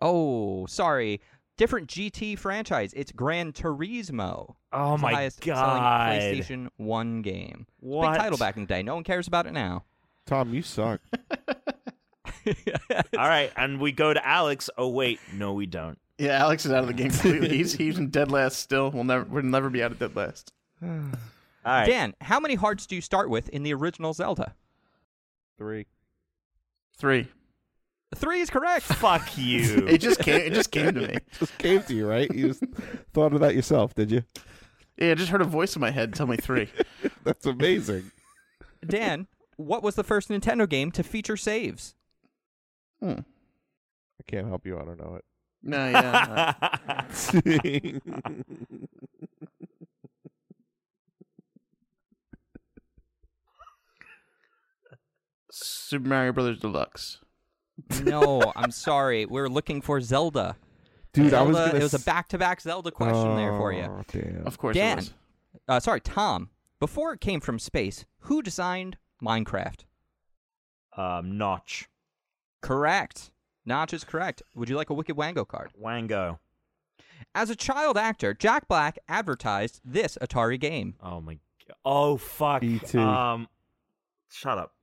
Oh, sorry. Different GT franchise. It's Gran Turismo.
Oh
It's the
my
highest
god.
selling PlayStation
(laughs)
1 game.
What?
Big title back in the day. No one cares about it now.
Tom,
(laughs)
you suck.
(laughs) All right, and we go to Alex. Oh wait, no, we don't.
Yeah, Alex is out of the game (laughs) completely. he's he's in dead last still. We'll never we'll never be out of dead last.
All right,
Dan, how many hearts do you start with in the original Zelda? (laughs)
Three. (laughs)
Three.
Three is correct. (laughs)
fuck you.
(laughs)
It just came. It just came to (laughs) me.
Just came to you, right?
(laughs)
You just thought of that yourself, did you?
Yeah, I just heard a voice in my head tell me three.
That's amazing.
Dan, what was the first Nintendo game to feature saves?
Hmm.
I can't help you. I don't know
No, (laughs) yeah. uh,
(laughs)
it. (laughs)
Super Mario Brothers Deluxe.
No, I'm sorry. We're looking for Zelda.
Dude,
Zelda,
I was gonna.
uh, it was a back-to-back Zelda question there for you.
Oh, damn.
Of course
Dan.
it was.
uh, sorry, Tom. Before it came from space, who designed Minecraft?
um, Notch,
Correct. Notch is correct. Would you like a Wicked Wango card?
Wango.
As a child actor, Jack Black advertised this Atari game.
Oh my. God. Oh fuck.
E.T..
Um, shut up.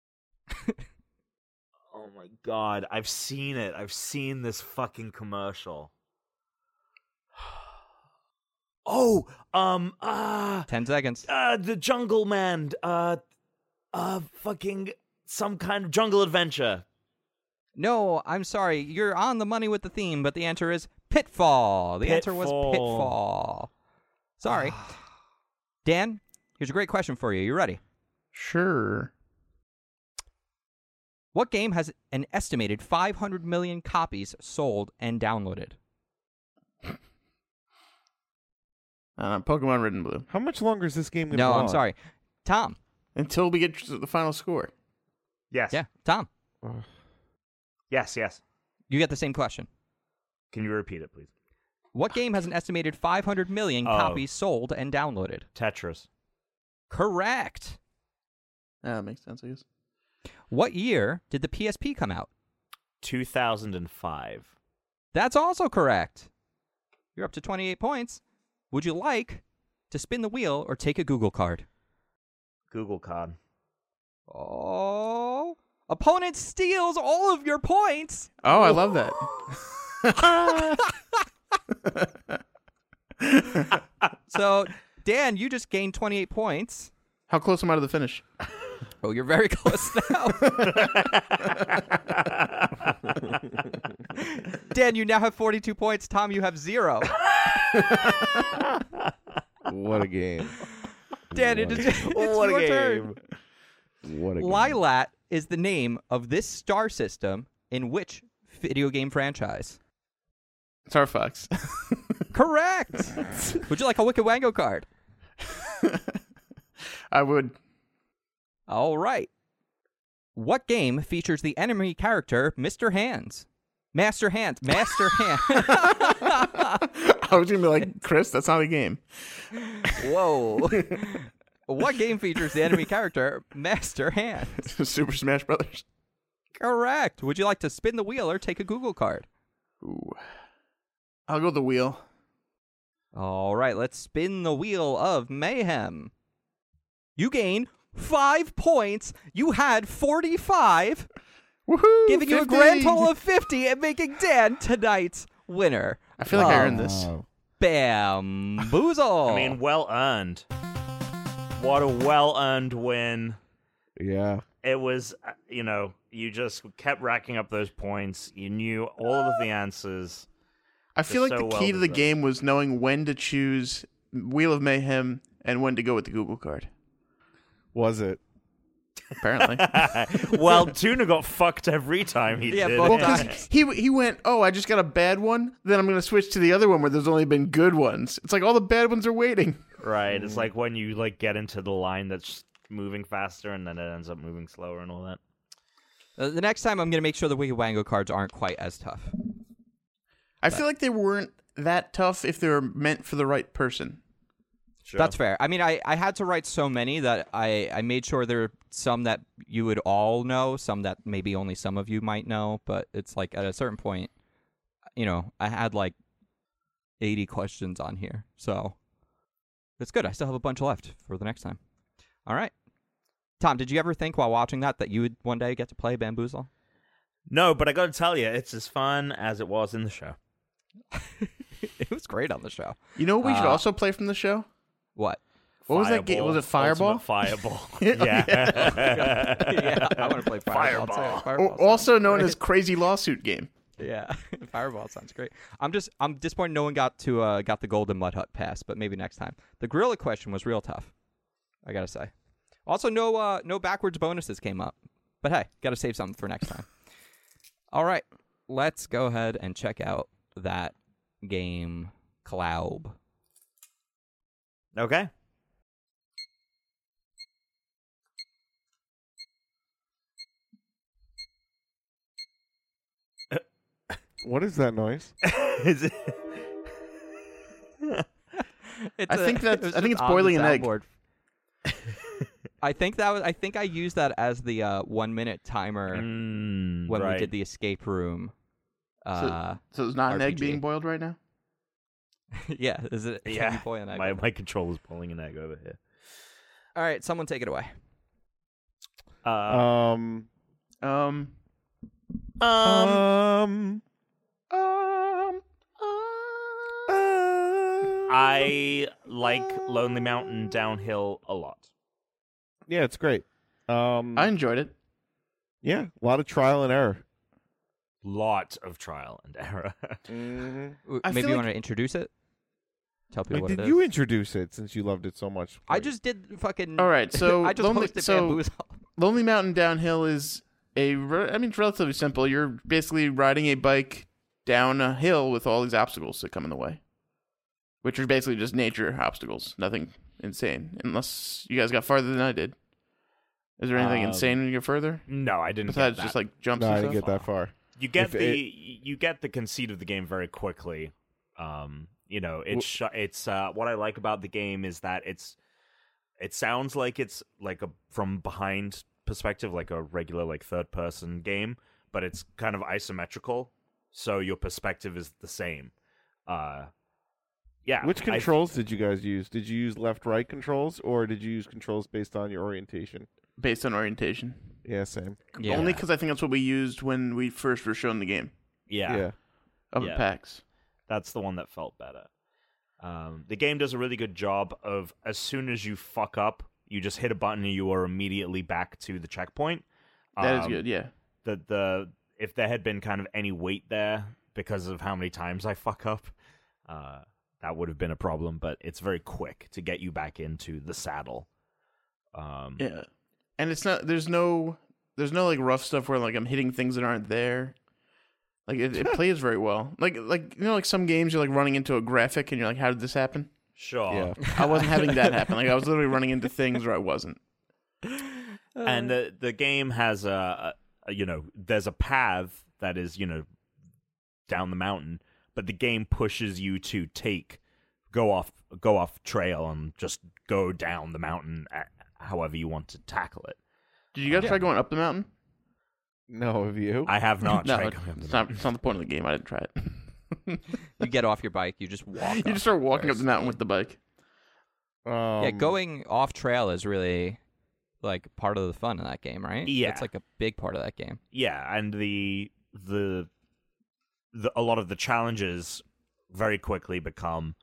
(laughs) oh my god, I've seen it. I've seen this fucking commercial. (sighs) Oh, um, ah.
Ten seconds.
uh the jungle man uh uh fucking some kind of jungle adventure
No, I'm sorry. You're on the money with the theme, but the answer is Pitfall. The answer was
(sighs)
Pitfall.
Pitfall. Sorry. Dan, here's a great question for you. You ready?
Sure.
What game has an estimated 500 million copies sold and downloaded?
Uh, Pokemon Red and Blue.
How much longer is this game going to
No, I'm sorry. Tom.
Until we get to the final score.
Yes.
Yeah, Tom.
Yes. Yes.
You get the same question.
Can you repeat it, please? (sighs)
What game has an estimated 500 million
Oh.
copies sold and downloaded?
Tetris.
Correct.
Yeah, that makes sense, I guess.
What year did the PSP come out?
2005.
That's also correct. You're up to 28 points. Would you like to spin the wheel or take a Google card?
Google card.
Oh. Opponent steals all of your points.
Oh, I love that.
(laughs) So, Dan, you just gained 28 points.
How close am I to the finish?
Oh, you're very close now. (laughs) Dan, you now have 42 points. Tom, you have zero.
What a game.
Dan, it is, (laughs) it's your turn.
What a game.
Lilat is the name of this star system in which video game franchise?
Star Fox.
Correct. Would you like a Wicked Wango card?
(laughs) I would.
All right. What game features the enemy character Mr. Hands? Master Hands. Master Hands.
I was gonna be like, Chris, that's not a game.
(laughs)
(laughs)
Whoa. what game features the enemy character Master Hands?
Super Smash Brothers.
Correct. Would you like to spin the wheel or take a Google card?
Ooh. I'll go with the wheel.
All right, let's spin the wheel of mayhem. You gain five points. You had 45,
Woohoo!
giving you a grand
50.
total of 50 and making Dan tonight's winner.
I feel like I earned this.
Wow.
Bamboozle.
I mean, well earned. What a well earned win.
Yeah.
It was, uh, you know, you just kept racking up those points. You knew all of the answers. (laughs)
I feel like
so
the
well
key to the
designed.
game was knowing when to choose Wheel of Mayhem and when to go with the Google card.
Was it?
(laughs)
Apparently,
well, Tuna got fucked every time he
Yeah,
did.
both
it.
times.
he he went, oh, I just got a bad one. Then I'm gonna switch to the other one where there's only been good ones. It's like all the bad ones are waiting.
(laughs) Right. It's like when you like get into the line that's moving faster and then it ends up moving slower and all that.
Uh, the next time, I'm going to make sure the Wiggy Wango cards aren't quite as tough.
I feel like they weren't that tough if they were meant for the right person.
That's fair. I mean, I, I had to write so many that I, I made sure there were some that you would all know, some that maybe only some of you might know, but it's like at a certain point, you know, I had like 80 questions on here. So it's good. I still have a bunch left for the next time. All right. Tom, did you ever think while watching that that you would one day get to play Bamboozle? (laughs)
No, but I got to tell you, it's as fun as it was in the show.
it was great on the show.
You know what we should
Uh,
also play from the show?
What? (laughs)
What was that game? Was it Fireball?
Ultimate Fireball.
(laughs)
(laughs)
Yeah.
yeah. (laughs)
yeah, I want to play Fireball. too.
Fireball.
Or-
Fireball sounds
also known
great.
as Crazy Lawsuit Game.
Yeah, (laughs) Fireball sounds great. I'm just I'm disappointed no one got to uh, got the Golden Mud Hut pass, but maybe next time. The gorilla question was real tough. I gotta say. Also, no uh, no backwards bonuses came up, but hey, gotta save something for next time. (laughs) All right, let's go ahead and check out that game, Cloud.
okay.
What is that noise?
(laughs)
Is it-
It's (laughs)
think
it
that's-
was just
I think it's
on the
boiling an egg.
soundboard. I think that was. I think I used that as the uh, one minute timer
Mm,
when
right.
we did the escape room. Uh,
So there's not an egg
RPG.
being boiled right now?
(laughs) yeah, is it? can you
Yeah,
boil an egg?
My, my controller's pulling an egg over here.
All right, someone take it away.
Uh,
Um.
Um,
Um.
um,
um,
um.
I like Lonely Mountain Downhill a lot.
yeah, it's great. Um.
I enjoyed it.
yeah, a lot of trial and error.
Lot of trial and error. (laughs)
Mm-hmm.
W-
I
Maybe
Mm-hmm.
feel
you
like-
want to introduce it. Tell people
Wait,
what
did
it is.
you introduce it since you loved it so much?
I
Corey?
just did fucking.
All right,
(laughs)
so
I just
lonely-
hosted
so-
Bamboozle.
Lonely Mountain Downhill is a. re- I mean, it's relatively simple. You're basically riding a bike down a hill with all these obstacles that come in the way, which are basically just nature obstacles. Nothing insane, unless you guys got farther than I did. Is there anything
Um,
insane when you get further?
No, I didn't.
Besides,
Get that.
just like jumps.
No,
and
I didn't
stuff?
get that far.
you get
if
the
it-
you get the conceit of the game very quickly. Um, you know, it's sh- it's uh, what I like about the game is that it's it sounds like it's like a from behind perspective, like a regular like third person game, but it's kind of isometrical, so your perspective is the same. Uh, yeah,
Which
I-
controls did you guys use? Did you use left right controls or did you use controls based on your orientation?
Based on orientation,
Yeah, same.
Yeah.
only because I think that's what we used when we first were shown the game
yeah,
of
Yeah.
the packs.
That's the one that felt better. Um, the game does a really good job of as soon as you fuck up, you just hit a button and you are immediately back to the checkpoint.
That is
Um,
good. Yeah,
The the if there had been kind of any weight there because of how many times I fuck up, uh, that would have been a problem. But it's very quick to get you back into the saddle. Um,
yeah, and it's not. There's no. There's no like rough stuff where like I'm hitting things that aren't there. Like it, it plays very well. Like like you know like some games you're like running into a graphic and you're like, how did this happen?
sure.
(laughs)
Yeah.
I wasn't having that happen. Like I was literally running into things where I wasn't.
and the the game has a, a you know there's a path that is you know down the mountain but the game pushes you to take go off go off trail and just go down the mountain a however you want to tackle it
Did you guys try going up the mountain?
No, have you?
i have not
(laughs) No,
tried
it's
going up the
not. It's not the point of the game. I didn't
(laughs)
try it.
you get off your bike, you just walk.
(laughs) you
up.
just start walking up the mountain with the bike.
Um,
yeah, going off trail is really like part of the fun in that game, right?
Yeah.
it's like a big part of that game.
yeah and the the the a lot of the challenges very quickly become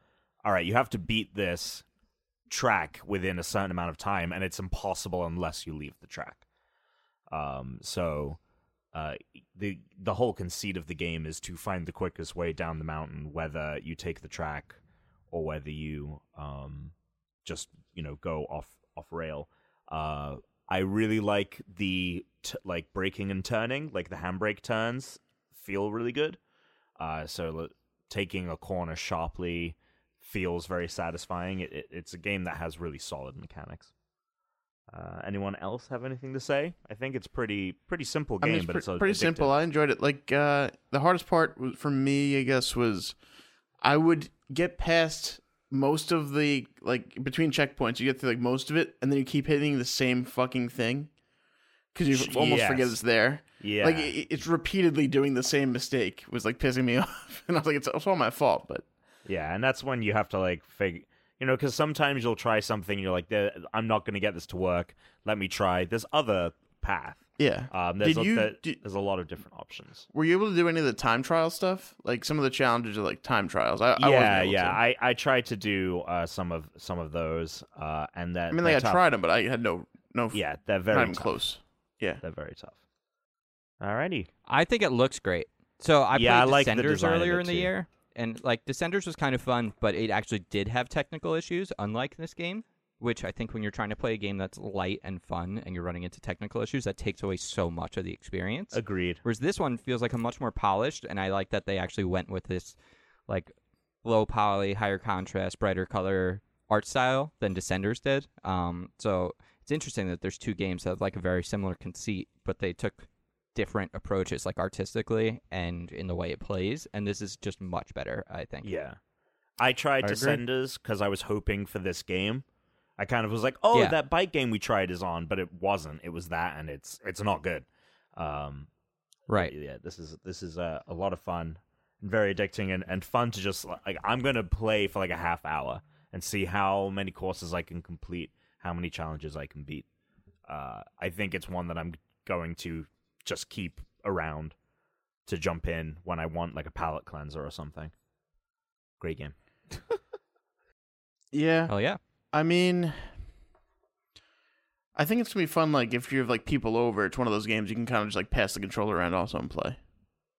all right you have to beat this track within a certain amount of time and it's impossible unless you leave the track um so uh the the whole conceit of the game is to find the quickest way down the mountain whether you take the track or whether you um just you know go off off rail uh I really like the t- like braking and turning, like the handbrake turns feel really good. Uh, so l- taking a corner sharply feels very satisfying. It, it, it's a game that has really solid mechanics. Uh, anyone else have anything to say? I think it's pretty pretty simple
I
game,
mean, it's
but
pre-
it's a,
pretty simple. I enjoyed it. Like uh, the hardest part was, for me, I guess, was I would get past most of the like between checkpoints. You get through like most of it, and then you keep hitting the same fucking thing because you
Sh-
f- almost forget
yes.
it's there.
Yeah,
Like it, it's repeatedly doing the same mistake was like pissing me (laughs) off, and I was like, it's, it's all my fault. But
Yeah, and that's when you have to like figure, you know, because sometimes you'll try something, and you're like, "There- I'm not going to get this to work. Let me try this other path.
yeah,
Um, there's
Did
a,
you-
there-
did-
there's a lot of different options.
were you able to do any of the time trial stuff? Like some of the challenges are like time trials. I, I wasn't
yeah,
able
yeah.
to.
I, I tried to do uh, some of some of those, uh, and that
I mean, like I
tough.
tried them, but I had no no.
Yeah, they're very
not even
tough.
close. Yeah.
They're very tough. Alrighty.
I think it looks great. So I
Yeah, I
played
like the
Descenders
design of
earlier
it,
in the
too.
year, and like Descenders was kind of fun, but it actually did have technical issues, unlike this game. Which I think when you're trying to play a game that's light and fun, and you're running into technical issues, that takes away so much of the experience.
Agreed.
Whereas this one feels like a much more polished, and I like that they actually went with this like low poly, higher contrast, brighter color art style than Descenders did. Um, so it's interesting that there's two games that have like a very similar conceit, but they took different approaches, like artistically and in the way it plays. And this is just much better, I think.
Yeah. I tried
I agree.
Descenders because I was hoping for this game. I kind of was like, oh,
Yeah.
that bike game we tried is on, but it wasn't. It was that, and it's it's not good. Um,
Right.
yeah this is this is uh, a, a lot of fun and very addicting and, and fun to just like i'm gonna play for like a half hour and see how many courses i can complete how many challenges i can beat uh, i think it's one that i'm going to just keep around to jump in when i want like a palate cleanser or something great game
Yeah.
Hell yeah.
I mean, I think it's gonna be fun. Like if you have like people over, it's one of those games you can kind of just like pass the controller around also and play.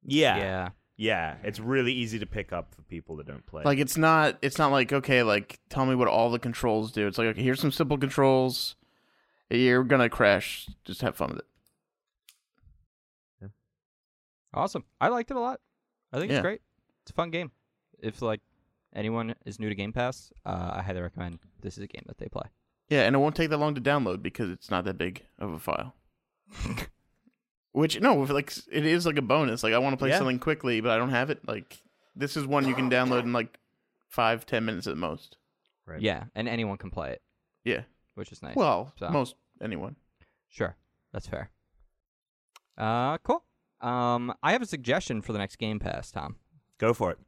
Yeah.
Yeah, it's really easy to pick up for people that don't play.
Like it's not it's not like okay, like tell me what all the controls do. It's like okay, here's some simple controls. You're gonna crash. Just have fun with it.
Awesome. I liked it a lot. I think
Yeah.
it's great. It's a fun game. If like anyone is new to Game Pass, uh, I highly recommend this is a game that they play.
Yeah, and it won't take that long to download because it's not that big of a file. Which no, if, like it is like a bonus. Like I want to play
Yeah.
something quickly, but I don't have it. Like this is one you can download in like five, ten minutes at most.
Right.
Yeah, and anyone can play it,
Yeah.
which is nice.
Well,
So-
most anyone.
Sure. That's fair. Uh, cool. Um, I have a suggestion for the next Game Pass, Tom.
Go for it.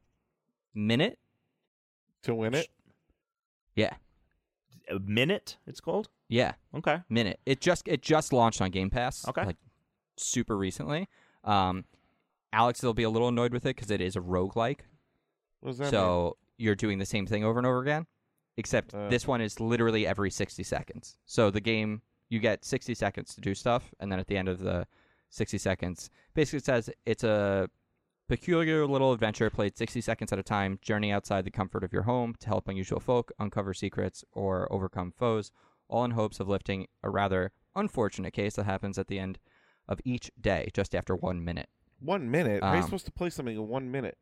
Minute?
to win it.
Yeah.
A minute, it's called.
Yeah.
Okay.
Minute. It just it just launched on Game Pass.
Okay.
Like super recently. Um, Alex will be a little annoyed with it because it is a roguelike.
What does that mean?
so you're doing the same thing over and over again, except
Uh.
this one is literally every 60 seconds. So the game, you get 60 seconds to do stuff, and then at the end of the 60 seconds, basically it says it's a peculiar little adventure played 60 seconds at a time, journey outside the comfort of your home to help unusual folk, uncover secrets, or overcome foes, all in hopes of lifting a rather unfortunate case that happens at the end of each day, just after one minute.
One minute. How are you
Um,
supposed to play something in one minute?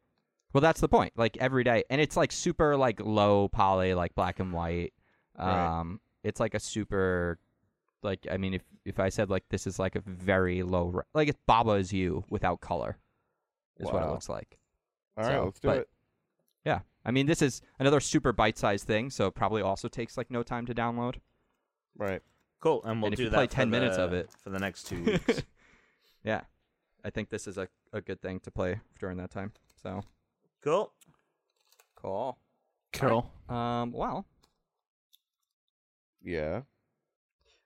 Well, that's the point. Like every day, and it's like super like low poly, like black and white. Um,
Right.
it's like a super, like I mean, if if I said like this is like a very low, re- like it's Baba is you without color, is what it
Wow.
looks like.
All right,
so,
let's do
but-
it.
Yeah, I mean, this is another super bite-sized thing, so it probably also takes like no time to download.
Right.
Cool. And we'll
if
do
you
that
play
for
10 minutes
the-
of it-
for the next
(laughs)
two weeks.
Yeah, I think this is a a good thing to play during that time. So
cool.
cool.
Cool.
Um, well,
Yeah.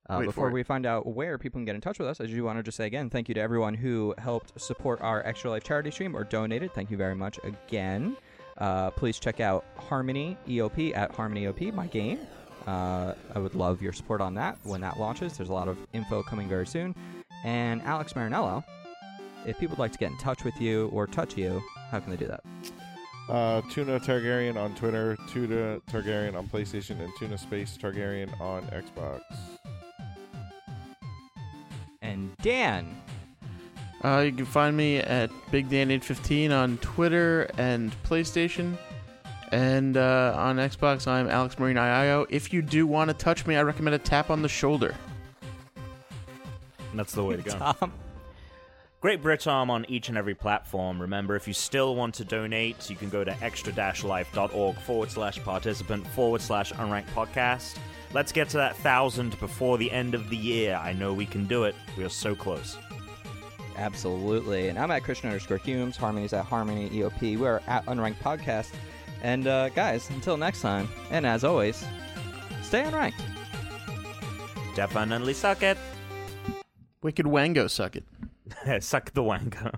Uh,
Wait
before
for it.
we find out where people can get in touch with us, I do want to just say again, thank you to everyone who helped support our Extra Life charity stream or donated. Thank you very much again. Uh, please check out Harmony EOP at Harmony EOP, my game. Uh, I would love your support on that when that launches. There's a lot of info coming very soon. And Alex Marinello, if people would like to get in touch with you or touch you, how can they do that?
Uh, Tuna Targaryen on Twitter, Tuna Targaryen on PlayStation, and Tuna Space Targaryen on Xbox.
And Dan,
Uh, you can find me at BigDan815 on Twitter and PlayStation. And uh, on Xbox, I'm Alex Marine IIO. If you do want to touch me, I recommend a tap on the shoulder.
That's the way to go.
Tom,
Great Brit Arm on each and every platform. Remember, if you still want to donate, you can go to extra-life.org forward slash participant forward slash unranked podcast. Let's get to that thousand before the end of the year. I know we can do it. We are so close.
Absolutely. And I'm at Christian underscore Humes. Harmony's at Harmony E EOP. We're at Unranked Podcast. And uh, guys, until next time, and as always, stay unranked.
Definitely suck it. (laughs)
Wicked Wango, suck it.
suck the wanker.